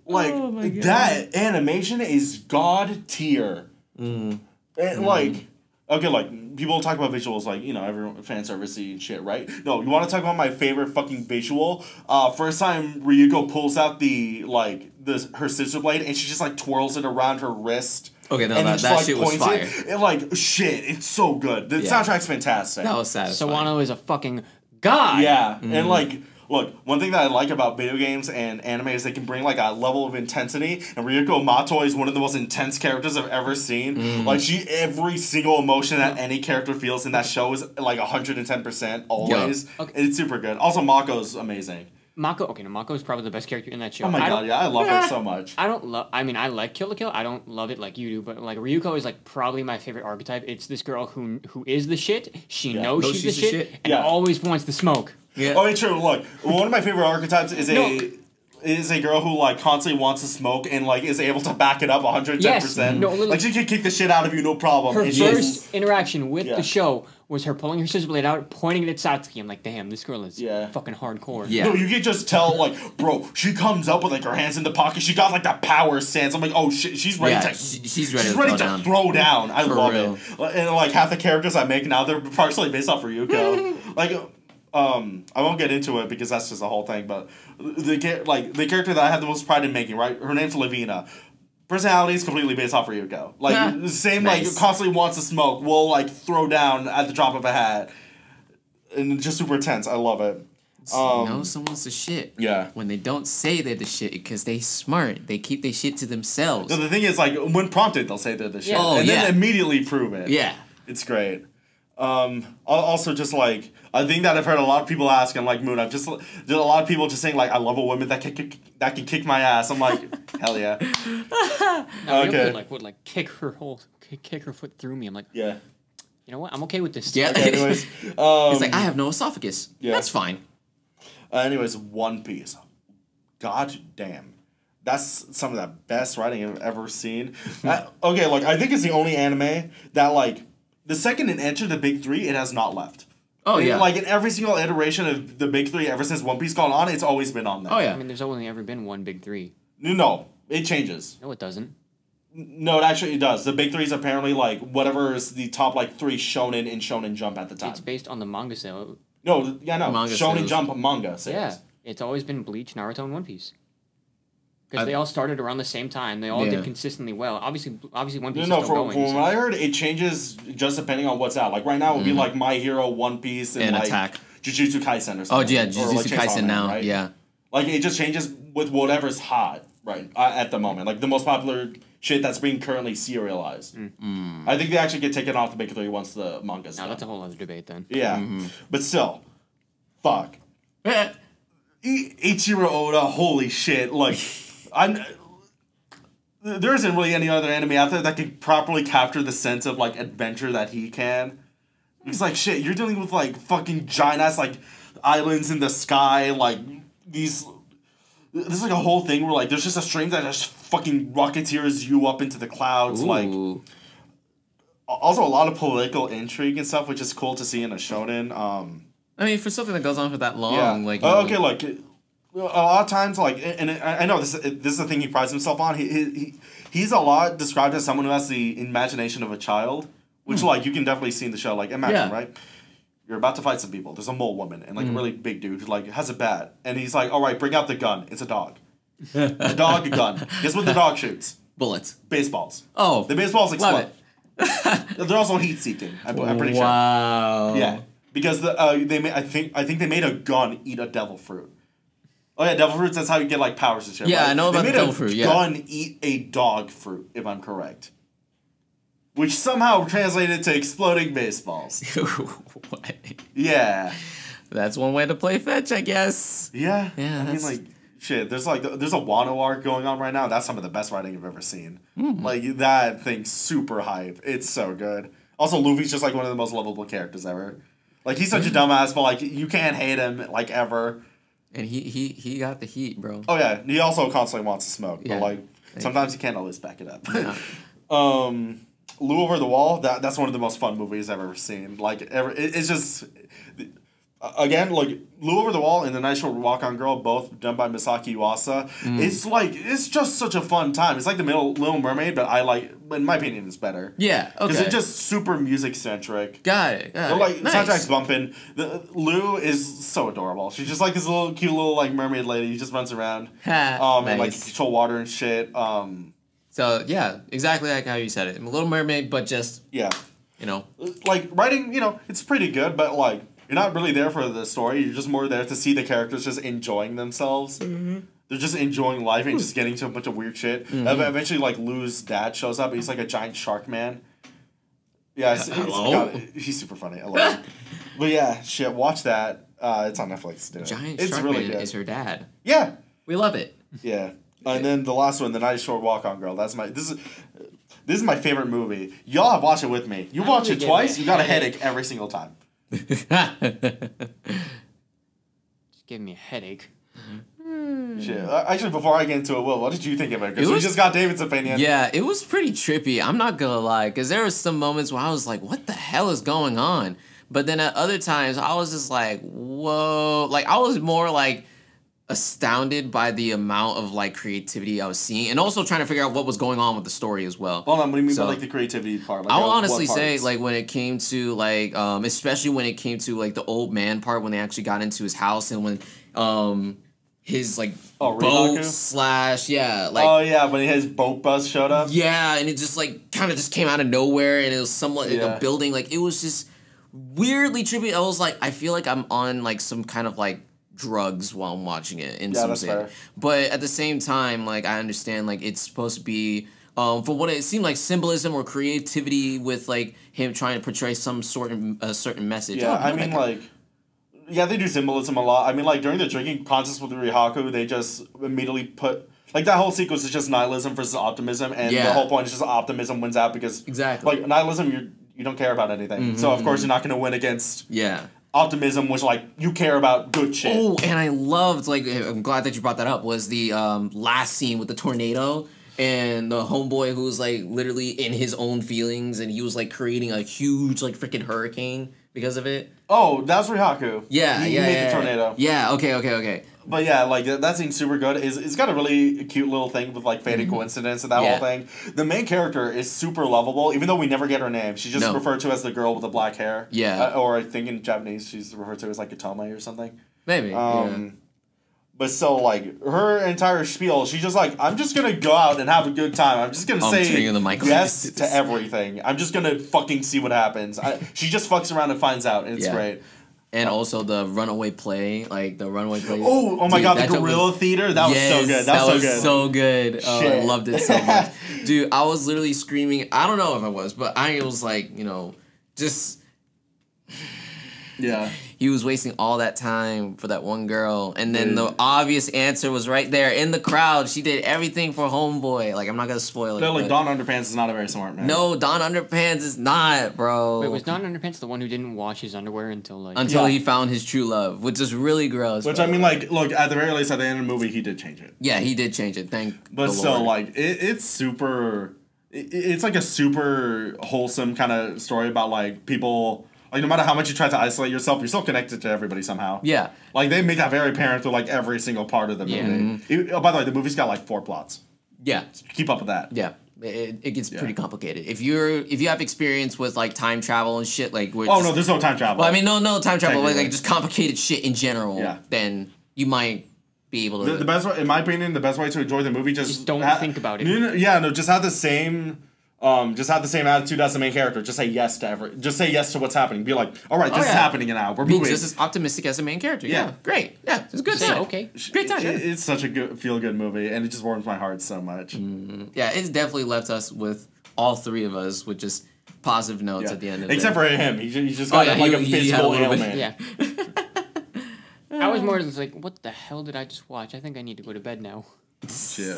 Speaker 3: Like
Speaker 2: Oh my God. Mm-hmm.
Speaker 3: that animation is god tier. And like, okay, like people talk about visuals, like you know, everyone fan servicey and shit, right? No, you want to talk about my favorite fucking visual? Uh, first time Ryuko pulls out the like the her scissor blade and she just like twirls it around her wrist.
Speaker 1: Oh,
Speaker 2: Okay, no,
Speaker 3: and
Speaker 2: that-
Speaker 3: just,
Speaker 2: that shit was
Speaker 3: points It, and, like shit, it's so good. The
Speaker 2: Yeah.
Speaker 3: soundtrack's fantastic.
Speaker 2: that was Mm. satisfying.
Speaker 1: Sawano is a fucking god.
Speaker 3: Yeah, and like, look, one thing that I like about video games and anime is they can bring like a level of intensity. And Ryuko Mato is one of the most intense characters I've ever seen.
Speaker 2: Mm.
Speaker 3: Like, she every single emotion that any character feels in that show is like hundred and ten percent always.
Speaker 1: Okay.
Speaker 3: It's super good. Also, Mako's amazing.
Speaker 1: Mako. Okay, no, Mako is probably the best character in that show.
Speaker 3: Oh my
Speaker 1: I
Speaker 3: god,
Speaker 1: don't-
Speaker 3: yeah, I love
Speaker 1: <laughs>
Speaker 3: her so much.
Speaker 1: I don't love. I mean, I like Kill la Kill. I don't love it like you do, but like Ryuko is like probably my favorite archetype. It's this girl who who is the shit. She knows
Speaker 2: Knows
Speaker 1: she's, the, shit, and
Speaker 3: Yeah.
Speaker 1: always wants the smoke.
Speaker 2: Yeah.
Speaker 3: Oh, it's true. Look, one of my favorite archetypes is a.
Speaker 1: No.
Speaker 3: Is a girl who like constantly wants to smoke and like is able to back it up 110%.
Speaker 1: Yes. No, literally.
Speaker 3: like she can kick the shit out of you, no problem.
Speaker 1: Her
Speaker 3: And she's-
Speaker 1: first interaction with
Speaker 3: Yeah.
Speaker 1: the show was her pulling her scissor blade out, pointing it at Satsuki. I'm like, damn, this girl is
Speaker 3: Yeah.
Speaker 1: fucking hardcore.
Speaker 2: Yeah.
Speaker 3: No, you can just tell, like, bro, she comes up with like her hands in the pocket. She got like that power stance. I'm like, oh shit, she's ready
Speaker 2: Yeah,
Speaker 3: to.
Speaker 2: she- she's ready to throw down.
Speaker 3: throw down. I
Speaker 2: For
Speaker 3: love
Speaker 2: real.
Speaker 3: it. Like, And like half the characters I make now, they're partially based off
Speaker 2: <laughs>
Speaker 3: Ryuko. like, um, I won't get into it because that's just the whole thing. But the cha- like the character that I had the most pride in making, right? Her name's Lavina. Personality is completely based off Ryuko.
Speaker 2: <laughs>
Speaker 3: Like the same,
Speaker 2: Nice.
Speaker 3: like constantly wants to smoke. Will like throw down at the drop of a hat, and just super tense. I love it.
Speaker 2: you know someone's the shit.
Speaker 3: um, Yeah.
Speaker 2: When they don't say they're the shit because they smart. They keep their shit to themselves.
Speaker 3: No, the thing is, like, when prompted, they'll say they're the shit,
Speaker 1: Yeah.
Speaker 2: Oh,
Speaker 3: and
Speaker 2: yeah.
Speaker 3: then immediately prove it.
Speaker 2: yeah.
Speaker 3: it's great. Um, al- also, just like a thing that I've heard a lot of people ask, and like Moon, I've just there's a lot of people just saying like, I love a woman that can kick, that can kick my ass. I'm like, <laughs> hell yeah,
Speaker 1: Now, Ryuko,
Speaker 3: Okay.
Speaker 1: Like would like kick her whole kick, kick her foot through me. I'm like,
Speaker 3: yeah.
Speaker 1: you know what? I'm okay with this.
Speaker 2: Yeah.
Speaker 3: Okay, anyways, <laughs> um,
Speaker 2: It's like I have no esophagus.
Speaker 3: Yeah.
Speaker 2: That's fine.
Speaker 3: uh, anyways, One Piece. God damn, that's some of the best writing I've ever
Speaker 2: <laughs>
Speaker 3: seen. I- okay, look, I think it's the only anime that like the second it entered the big three, it has not left.
Speaker 2: Oh
Speaker 3: It-
Speaker 2: yeah.
Speaker 3: Like in every single iteration of the big three, ever since One Piece gone on, it's always been on there.
Speaker 2: oh
Speaker 1: I
Speaker 2: yeah.
Speaker 1: mean, there's only ever been one big three.
Speaker 3: No, no, it changes.
Speaker 1: No, it doesn't.
Speaker 3: No, it actually does. The big three is apparently like whatever is the top like three shonen in Shonen Jump at the time.
Speaker 1: It's based on the manga sale.
Speaker 3: no, yeah, no,
Speaker 2: Manga
Speaker 3: Shonen
Speaker 2: series.
Speaker 3: Jump manga. Series.
Speaker 1: Yeah, it's always been Bleach, Naruto, and One Piece.
Speaker 2: I-
Speaker 1: Because they all started around the same time. They all
Speaker 2: Yeah.
Speaker 1: did consistently well. Obviously, obviously One
Speaker 3: No,
Speaker 1: Piece
Speaker 3: no.
Speaker 1: is still
Speaker 3: From,
Speaker 1: going.
Speaker 3: from
Speaker 1: so-
Speaker 3: what I heard, it changes just depending on what's out. Like right now, it would be like My Hero, One Piece, and,
Speaker 2: Mm-hmm. And
Speaker 3: like
Speaker 2: Attack.
Speaker 3: Jujutsu Kaisen or
Speaker 2: Oh
Speaker 3: something.
Speaker 2: yeah.
Speaker 3: Or,
Speaker 2: Jujutsu
Speaker 3: like, Chainsaw
Speaker 2: Kaisen
Speaker 3: Man,
Speaker 2: now.
Speaker 3: right?
Speaker 2: Yeah.
Speaker 3: Like it just changes with whatever's hot right uh, at the moment. Like the most popular shit that's being currently serialized.
Speaker 2: Mm.
Speaker 3: I think they actually get taken off the big three once the manga's
Speaker 1: now
Speaker 2: Oh,
Speaker 3: done.
Speaker 1: that's a whole other debate then.
Speaker 3: yeah,
Speaker 2: Mm-hmm.
Speaker 3: but still, fuck.
Speaker 2: Eh.
Speaker 3: I- E- Ichiro Oda, holy shit! Like, I there isn't really any other anime out there that could properly capture the sense of like adventure that he can. He's like, shit, you're dealing with like fucking giant ass like islands in the sky, like these. This is like a whole thing where like there's just a stream that just fucking rocketeers you up into the clouds, like
Speaker 2: Ooh.
Speaker 3: also a lot of political intrigue and stuff, which is cool to see in a shonen. Um,
Speaker 2: I mean, for something that goes on for that long,
Speaker 3: yeah.
Speaker 2: like you
Speaker 3: Uh,
Speaker 2: know,
Speaker 3: okay, look. it- A lot of times, like, and and I I know this. This is the thing he prides himself on. He, he- he he's a lot described as someone who has the imagination of a child, which like you can definitely see in the show. Like, imagine
Speaker 2: Hmm. Yeah. Hmm.
Speaker 3: right, you're about to fight some people. There's a mole woman and like a really big dude who like has a bat, and he's like, "All right, bring out the gun. It's a dog. a dog, a gun. Guess what the dog shoots?
Speaker 2: bullets.
Speaker 3: Baseballs.
Speaker 2: Oh,
Speaker 3: The baseballs explode.
Speaker 2: it. <laughs>
Speaker 3: They're also heat seeking. I'm, I'm pretty sure.
Speaker 2: wow.
Speaker 3: Yeah, because the uh, they ma- I think I think they made a gun eat a devil fruit. Oh yeah, devil fruits. That's how you get like powers and shit.
Speaker 2: Yeah,
Speaker 3: right?
Speaker 2: I know
Speaker 3: They
Speaker 2: about the
Speaker 3: made
Speaker 2: devil
Speaker 3: a
Speaker 2: fruit, yeah.
Speaker 3: gun eat a dog fruit, if I'm correct. Which somehow translated to exploding baseballs.
Speaker 2: <laughs> What?
Speaker 3: Yeah,
Speaker 2: That's one way to play fetch, I guess.
Speaker 3: yeah.
Speaker 2: <laughs> Yeah,
Speaker 3: I mean,
Speaker 2: that's-
Speaker 3: like shit. There's like there's a Wano arc going on right now. That's some of the best writing I've ever seen.
Speaker 2: Hmm.
Speaker 3: Like that thing's super hype. It's so good. Also, Luffy's just like one of the most lovable characters ever. Like he's
Speaker 2: Hmm.
Speaker 3: such a dumbass, but like you can't hate him like ever.
Speaker 2: And he he he got the heat, bro.
Speaker 3: Oh yeah, he also constantly wants to smoke,
Speaker 2: Yeah.
Speaker 3: but like sometimes he can't always back it up. um, <laughs> Lou over the wall. That that's one of the most fun movies I've ever seen. Like ever, it, it's just. Again, like Lou Over the Wall and the Night Short Walk on Girl, both done by Misaki Iwasa.
Speaker 2: Mm.
Speaker 3: It's like it's just such a fun time. It's like the middle Little Mermaid, but I like, in my opinion, it's better
Speaker 2: Yeah.
Speaker 3: because
Speaker 2: Okay.
Speaker 3: it's just super music centric.
Speaker 2: got it. got
Speaker 3: But, like
Speaker 2: it. Nice.
Speaker 3: soundtrack's bumping. The, Lou is so adorable. She's just like this little cute little like mermaid lady. who just runs around,
Speaker 2: Ha,
Speaker 3: um, and like
Speaker 2: nice.
Speaker 3: can control water and shit. Um,
Speaker 2: So yeah, exactly like how you said it. Little Mermaid, but just
Speaker 3: yeah,
Speaker 2: you know.
Speaker 3: like writing, you know, it's pretty good, but like you're not really there for the story. You're just more there to see the characters just enjoying themselves.
Speaker 2: Mm-hmm.
Speaker 3: They're just enjoying life
Speaker 2: Hmm.
Speaker 3: and just getting to a bunch of weird shit. Ev- Eventually, like Lou's dad shows up. and He's like a giant shark man. Yeah, it's, it's-
Speaker 2: Hello?
Speaker 3: God, he's super funny. I
Speaker 2: <laughs>
Speaker 3: love him. But yeah, shit, watch that. Uh, it's on Netflix. Dude.
Speaker 2: Giant
Speaker 3: it's
Speaker 2: Sharkman
Speaker 3: really good.
Speaker 2: is her dad.
Speaker 3: yeah,
Speaker 2: We
Speaker 3: <laughs>
Speaker 2: love it. <laughs>
Speaker 3: yeah. And then the last one, the Night Shore Walk On Girl. That's my this is this is my favorite movie. Y'all have watched it with me. You
Speaker 1: I
Speaker 3: watch
Speaker 1: really
Speaker 3: it
Speaker 1: give
Speaker 3: twice,
Speaker 1: it a
Speaker 3: you got a
Speaker 1: headache.
Speaker 3: headache every single time.
Speaker 1: Just gave me a headache.
Speaker 2: Hmm.
Speaker 3: Shit. Uh, Actually, before I get into it, Will, what did you think of it? Because
Speaker 2: It
Speaker 3: we
Speaker 2: was-
Speaker 3: just got David's opinion.
Speaker 2: yeah, it was pretty trippy. I'm not gonna lie, because there were some moments where I was like, "What the hell is going on?" But then at other times, I was just like, "Whoa!" Like I was more like astounded by the amount of like creativity I was seeing, and also trying to figure out what was going on with the story as well.
Speaker 3: Hold on, what do you mean
Speaker 2: So-
Speaker 3: by like the creativity part? Like,
Speaker 2: I
Speaker 3: uh,
Speaker 2: will
Speaker 3: what
Speaker 2: honestly say,
Speaker 3: parts?
Speaker 2: like when it came to like, um, especially when it came to like the old man part, when they actually got into his house and when, um, his like
Speaker 3: Oh,
Speaker 2: boat
Speaker 3: Rilaku?
Speaker 2: slash yeah, like
Speaker 3: oh yeah, when his boat bus showed up.
Speaker 2: yeah, and it just like kind of just came out of nowhere, and it was somewhat like
Speaker 3: Yeah.
Speaker 2: a building. Like it was just weirdly trippy. I was like, I feel like I'm on like some kind of like drugs while I'm watching it in
Speaker 3: Yeah,
Speaker 2: some
Speaker 3: that's
Speaker 2: sense.
Speaker 3: fair.
Speaker 2: But at the same time, like I understand, like it's supposed to be. Um, for what it seemed like symbolism or creativity with like him trying to portray some sort of a certain message.
Speaker 3: Yeah,
Speaker 2: Oh,
Speaker 3: I
Speaker 2: no,
Speaker 3: mean,
Speaker 2: that-
Speaker 3: like, yeah, they do symbolism a lot. I mean, like, during the drinking contest with Rihaku, they just immediately put. Like, that whole sequence is just nihilism versus optimism, and the
Speaker 2: Yeah.
Speaker 3: whole point is just optimism wins out because.
Speaker 2: Exactly. Mm-hmm,
Speaker 3: Like, nihilism, you're, you don't care about anything. So, of course, you're not going to win against
Speaker 2: yeah,
Speaker 3: optimism was like you care about good shit.
Speaker 2: Oh, and I loved like eh, I'm glad that you brought that up was the um, last scene with the tornado and the homeboy who was like literally in his own feelings and he was like creating a huge like freaking hurricane because of it.
Speaker 3: Oh, that's Rihaku.
Speaker 2: Yeah,
Speaker 3: he, he
Speaker 2: yeah,
Speaker 3: made
Speaker 2: yeah,
Speaker 3: the
Speaker 2: yeah.
Speaker 3: tornado.
Speaker 2: Yeah, okay, okay, okay.
Speaker 3: But yeah, like that, that seems super good. Is it's got a really cute little thing with like faded coincidence and that
Speaker 2: Mm-hmm. Yeah.
Speaker 3: whole thing. The main character is super lovable, even though we never get her name. She's just
Speaker 2: No.
Speaker 3: referred to as the girl with the black hair.
Speaker 2: Yeah.
Speaker 3: Uh, or I think in Japanese she's referred to as like Itome or something.
Speaker 2: Maybe.
Speaker 3: Um, But so like her entire spiel, she's just like, I'm just gonna go out and have a good time. I'm just gonna
Speaker 2: I'm
Speaker 3: say
Speaker 2: turning on the mic like
Speaker 3: yes
Speaker 2: <laughs> this.
Speaker 3: to everything. I'm just gonna fucking see what happens. I, she just fucks around and finds out, and it's
Speaker 2: Yeah.
Speaker 3: great.
Speaker 2: yeah. and also the runaway play, like the runaway play.
Speaker 3: uh, Oh, oh my
Speaker 2: Dude,
Speaker 3: god,
Speaker 2: that
Speaker 3: the
Speaker 2: joke was-
Speaker 3: gorilla theater. That was so good. That, was, so good.
Speaker 2: so good. Oh, I
Speaker 3: Shit.
Speaker 2: loved it
Speaker 3: <laughs>
Speaker 2: so much, dude. I was literally screaming. I don't know if I was, but I was like, you know, just
Speaker 3: yeah.
Speaker 2: he was wasting all that time for that one girl, and then the obvious answer was right there in the crowd. She did everything for homeboy. Like I'm not gonna spoil it.
Speaker 3: No, like
Speaker 2: but-
Speaker 3: Don Underpants is not a very smart man.
Speaker 2: no, Don Underpants is not, bro.
Speaker 1: Wait, was Don Underpants the one who didn't wash his underwear until like?
Speaker 2: until
Speaker 3: Yeah.
Speaker 2: he found his true love, which is really gross.
Speaker 3: Which
Speaker 2: bro.
Speaker 3: I mean, like, look at the very least at the end of the movie, he did change it.
Speaker 2: yeah, he did change it. Thank.
Speaker 3: But
Speaker 2: the
Speaker 3: so
Speaker 2: Lord.
Speaker 3: like it, it's super. It, it's like a super wholesome kind of story about like people. Like no matter how much you try to isolate yourself, you're still connected to everybody somehow.
Speaker 2: Yeah.
Speaker 3: Like they make that very apparent through like every single part of the movie.
Speaker 1: Yeah.
Speaker 2: Mm-hmm.
Speaker 3: It- oh, by the way, the movie's got like four plots.
Speaker 2: yeah.
Speaker 3: Keep up with that.
Speaker 2: Yeah, it, it gets pretty complicated. If you're if you have experience with like time travel and shit, like which
Speaker 3: Oh no, there's no time travel.
Speaker 2: well, I mean no no time travel, like, like
Speaker 3: Technically.
Speaker 2: just complicated shit in general,
Speaker 3: Yeah.
Speaker 2: then you might be able to.
Speaker 3: The, the best, way, in my opinion, the best way to enjoy the movie just,
Speaker 1: Just don't think about it.
Speaker 3: No, no, yeah, no, just have the same, um, just have the same attitude as the main character. Just say yes to every, just say yes to what's happening. Be like, all right, this is
Speaker 2: Oh, yeah.
Speaker 3: happening now. We're
Speaker 2: be
Speaker 3: moving.
Speaker 2: just as optimistic as the main character. Yeah,
Speaker 3: Yeah.
Speaker 2: great. Yeah, it's a good
Speaker 1: Say,
Speaker 2: time.
Speaker 1: okay.
Speaker 2: great time.
Speaker 3: It-
Speaker 2: Yeah.
Speaker 3: It's such a good feel good movie, and it just warms my heart so much.
Speaker 2: Mm, yeah, it's definitely left us with all three of us with just positive notes
Speaker 3: Yeah.
Speaker 2: at the end of
Speaker 3: Except
Speaker 2: it.
Speaker 3: for him, he, ju- he just
Speaker 2: Oh,
Speaker 3: got
Speaker 2: yeah,
Speaker 3: like
Speaker 2: he-
Speaker 3: a
Speaker 2: he had a
Speaker 3: physical
Speaker 2: little bit-
Speaker 3: ailment.
Speaker 1: yeah.
Speaker 3: <laughs>
Speaker 1: I was more just like, what the hell did I just watch? I think I need to go to bed now.
Speaker 3: Shit.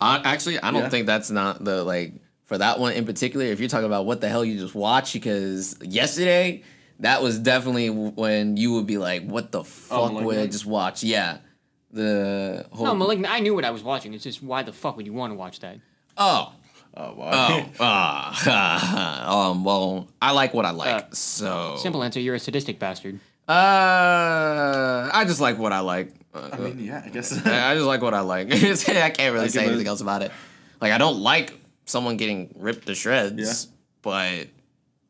Speaker 2: I, actually, I don't
Speaker 3: Yeah.
Speaker 2: think that's not the like for that one in particular. If you're talking about what the hell you just watched, because yesterday that was definitely when you would be like, "What the fuck would I
Speaker 3: Oh, Malignant?
Speaker 2: just watch?" Yeah, the whole
Speaker 1: No, malignant. I knew what I was watching. It's just why the fuck would you want to watch that?
Speaker 2: oh.
Speaker 3: Oh wow.
Speaker 2: Oh, <laughs> ah, <laughs> um, well, I like what I like,
Speaker 1: Uh,
Speaker 2: so
Speaker 1: Simple answer. You're a sadistic bastard.
Speaker 2: uh, I just like what I like. Uh,
Speaker 3: I mean, yeah, I guess.
Speaker 2: <laughs> I I just like what I like. <laughs> I can't really say
Speaker 3: give it-
Speaker 2: anything else about it. Like I don't like someone getting ripped to shreds,
Speaker 3: Yeah.
Speaker 2: but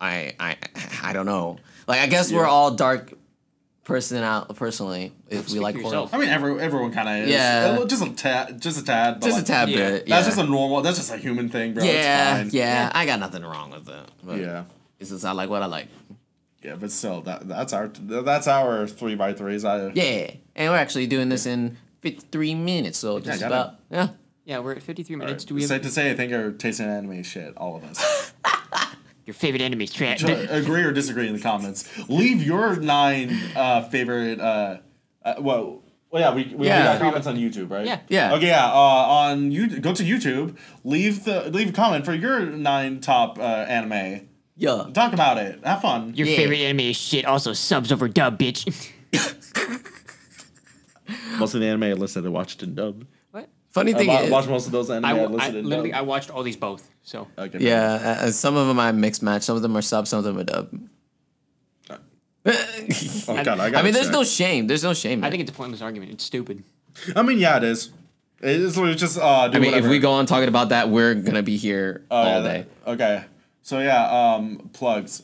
Speaker 2: I I I don't know. Like I guess we're
Speaker 3: Yeah.
Speaker 2: all dark personal personally if we
Speaker 1: Speak
Speaker 2: like
Speaker 1: for
Speaker 2: horror.
Speaker 1: yourself.
Speaker 3: I mean, every, everyone kind of is. A
Speaker 2: Yeah.
Speaker 3: little- just a tad, just a tad. But
Speaker 2: Just a
Speaker 3: like,
Speaker 2: tad
Speaker 1: Yeah.
Speaker 2: bit. Yeah.
Speaker 3: That's just a normal. That's just a human thing, bro.
Speaker 2: yeah,
Speaker 3: it's fine.
Speaker 2: yeah, I got nothing wrong with it. But
Speaker 3: Yeah.
Speaker 2: It's just I like what I like.
Speaker 3: Yeah, but still, that that's our that's our three by threes. I
Speaker 2: Yeah. And we're actually doing this in 53 minutes, so just
Speaker 3: got it.
Speaker 2: about. Yeah.
Speaker 1: Yeah, we're at 53 minutes. Do we
Speaker 3: it's
Speaker 1: have
Speaker 3: safe to say I think our taste in anime is shit. All of us. <laughs>
Speaker 1: your favorite enemy's trash?
Speaker 3: So, agree or disagree in the comments. Leave your nine uh, favorite. Uh, uh, well, well, yeah, we we, we
Speaker 2: Yeah.
Speaker 3: got comments on YouTube, right?
Speaker 1: Yeah.
Speaker 2: Yeah.
Speaker 3: Okay, yeah. Uh, on you, go to YouTube. Leave the leave a comment for your nine top uh, anime.
Speaker 2: Yeah.
Speaker 3: Talk about it. Have fun.
Speaker 1: Your
Speaker 2: Yeah.
Speaker 1: favorite enemy is shit. Also subs over dub, bitch.
Speaker 3: most of the anime I listed, I watched in dub.
Speaker 1: <laughs> what?
Speaker 2: Funny thing is,
Speaker 3: most of those anime
Speaker 1: I, I literally I watched all these both. So
Speaker 3: okay,
Speaker 2: Yeah, uh, uh, some of them I mix match. Some of them are sub. Some of them are dub. I
Speaker 3: Oh, God, I,
Speaker 2: mean, there's no
Speaker 3: no.
Speaker 2: shame. There's no shame.
Speaker 1: I
Speaker 2: in
Speaker 1: think
Speaker 2: it.
Speaker 1: it's a pointless argument. It's stupid.
Speaker 3: I mean, yeah, it is. It's literally just. Uh, do
Speaker 2: I mean,
Speaker 3: whatever.
Speaker 2: if we go on talking about that, we're gonna be here
Speaker 3: Oh, yeah,
Speaker 2: all
Speaker 3: that-
Speaker 2: day.
Speaker 3: okay. So yeah, um, plugs.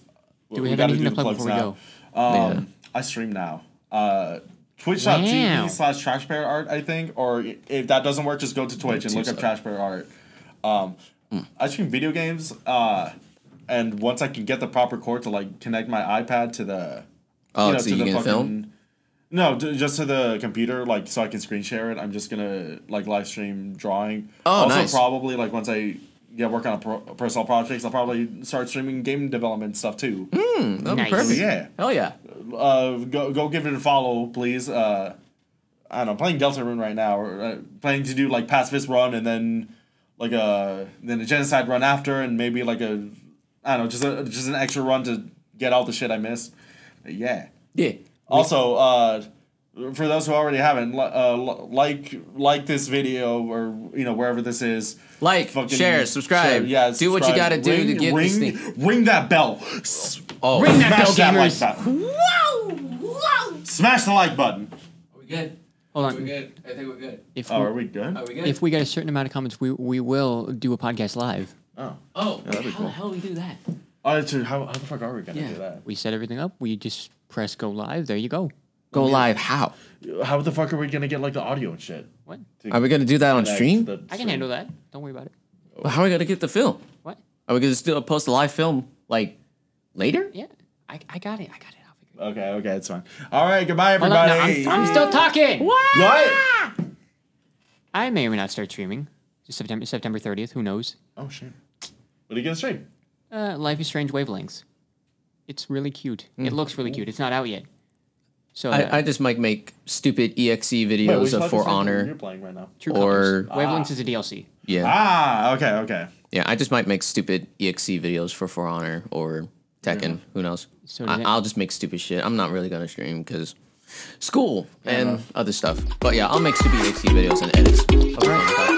Speaker 1: we have
Speaker 3: gotta
Speaker 1: anything
Speaker 3: do
Speaker 1: to
Speaker 3: the
Speaker 1: plug
Speaker 3: plugs
Speaker 1: before
Speaker 3: now.
Speaker 2: go?
Speaker 3: Um, I stream now. Uh,
Speaker 1: Wow.
Speaker 3: Twitch.tv slash Trash Bear Art, I think, or if that doesn't work, just go to Twitch and look up
Speaker 2: so.
Speaker 3: Trash Bear Art. Um,
Speaker 2: Hmm.
Speaker 3: I stream video games, uh, and once I can get the proper cord to like connect my iPad to the,
Speaker 2: Oh, so you can film?
Speaker 3: No, d- just to the computer, like so I can screen share it. I'm just gonna like live stream drawing.
Speaker 2: Oh,
Speaker 3: also
Speaker 2: nice.
Speaker 3: probably like once I get work on a pro- personal projects, I'll probably start streaming game development stuff too.
Speaker 2: Hmm? That'd be
Speaker 1: Nice.
Speaker 2: Oh, perfect.
Speaker 3: Yeah,
Speaker 2: Hell yeah.
Speaker 3: uh, go go give it a follow, please. Uh, I don't know, playing Delta Rune right now, or uh, planning to do like pacifist run and then like a then a genocide run after, and maybe like a I don't know, just a, just an extra run to get all the shit I missed. Yeah.
Speaker 2: Yeah.
Speaker 3: Also, uh, for those who already haven't, li- uh, li- like like this video or you know wherever this is.
Speaker 2: Like,
Speaker 3: Fucking
Speaker 2: share, subscribe.
Speaker 3: share, yeah,
Speaker 2: do what you
Speaker 3: subscribe.
Speaker 2: gotta do
Speaker 3: ring,
Speaker 2: to get
Speaker 3: ring,
Speaker 2: this thing.
Speaker 3: Ring that bell.
Speaker 2: Oh,
Speaker 1: Ring that bell,
Speaker 3: Smash that like
Speaker 1: gamers.
Speaker 3: button.
Speaker 2: Whoa! Whoa!
Speaker 3: Smash the like button.
Speaker 2: Are we good?
Speaker 1: Hold
Speaker 2: We're
Speaker 1: on.
Speaker 2: good. I think we're good.
Speaker 1: If
Speaker 3: Oh, are
Speaker 1: we,
Speaker 3: we good?
Speaker 2: Are we good?
Speaker 1: if we get a certain amount of comments, we we will do a podcast live.
Speaker 3: Oh.
Speaker 2: oh,
Speaker 3: that'd be
Speaker 2: how
Speaker 3: cool.
Speaker 2: the hell do we do that?
Speaker 3: Oh, it's- how, how the fuck are we gonna
Speaker 2: Yeah.
Speaker 3: do that?
Speaker 1: We set everything up. We just press go live. There you go.
Speaker 2: Go live. How?
Speaker 3: How the fuck are we gonna get like the audio and shit?
Speaker 1: What?
Speaker 2: Are we gonna do that on
Speaker 3: Like,
Speaker 2: stream?
Speaker 3: the
Speaker 1: I can
Speaker 3: stream.
Speaker 1: handle that. Don't worry about it.
Speaker 2: But how are we gonna get the film?
Speaker 1: What?
Speaker 2: Are we gonna still post a live film like later?
Speaker 1: Yeah. I, I got it. I got it. I'll figure it out.
Speaker 3: Okay, okay, it's fine. All right, goodbye,
Speaker 1: Hold on. No,
Speaker 3: everybody.
Speaker 1: I'm, I'm still talking.
Speaker 3: what?
Speaker 1: I may or may not start streaming. Just September September 30th. Who knows?
Speaker 3: Oh shit! What are you gonna stream?
Speaker 1: Uh, Life is Strange Wavelengths. It's really cute. It looks really cute. It's not out yet. So uh,
Speaker 2: Mm. I, I just might make stupid exe
Speaker 3: Wait,
Speaker 2: videos
Speaker 3: which
Speaker 2: of
Speaker 3: Life is
Speaker 2: For
Speaker 3: Strange You're
Speaker 2: Honor.
Speaker 3: playing right now.
Speaker 1: True
Speaker 2: or-
Speaker 1: Colors. Wavelengths is a DLC.
Speaker 2: Yeah,
Speaker 3: Ah, okay, okay.
Speaker 2: yeah. I just might make stupid exe videos for For Honor or Tekken. Who knows?
Speaker 1: So
Speaker 2: I,
Speaker 1: did it-
Speaker 2: I'll just make stupid shit. I'm not really gonna stream because E school and other stuff. But yeah, I'll make stupid exe videos and edits. of the fun stuff.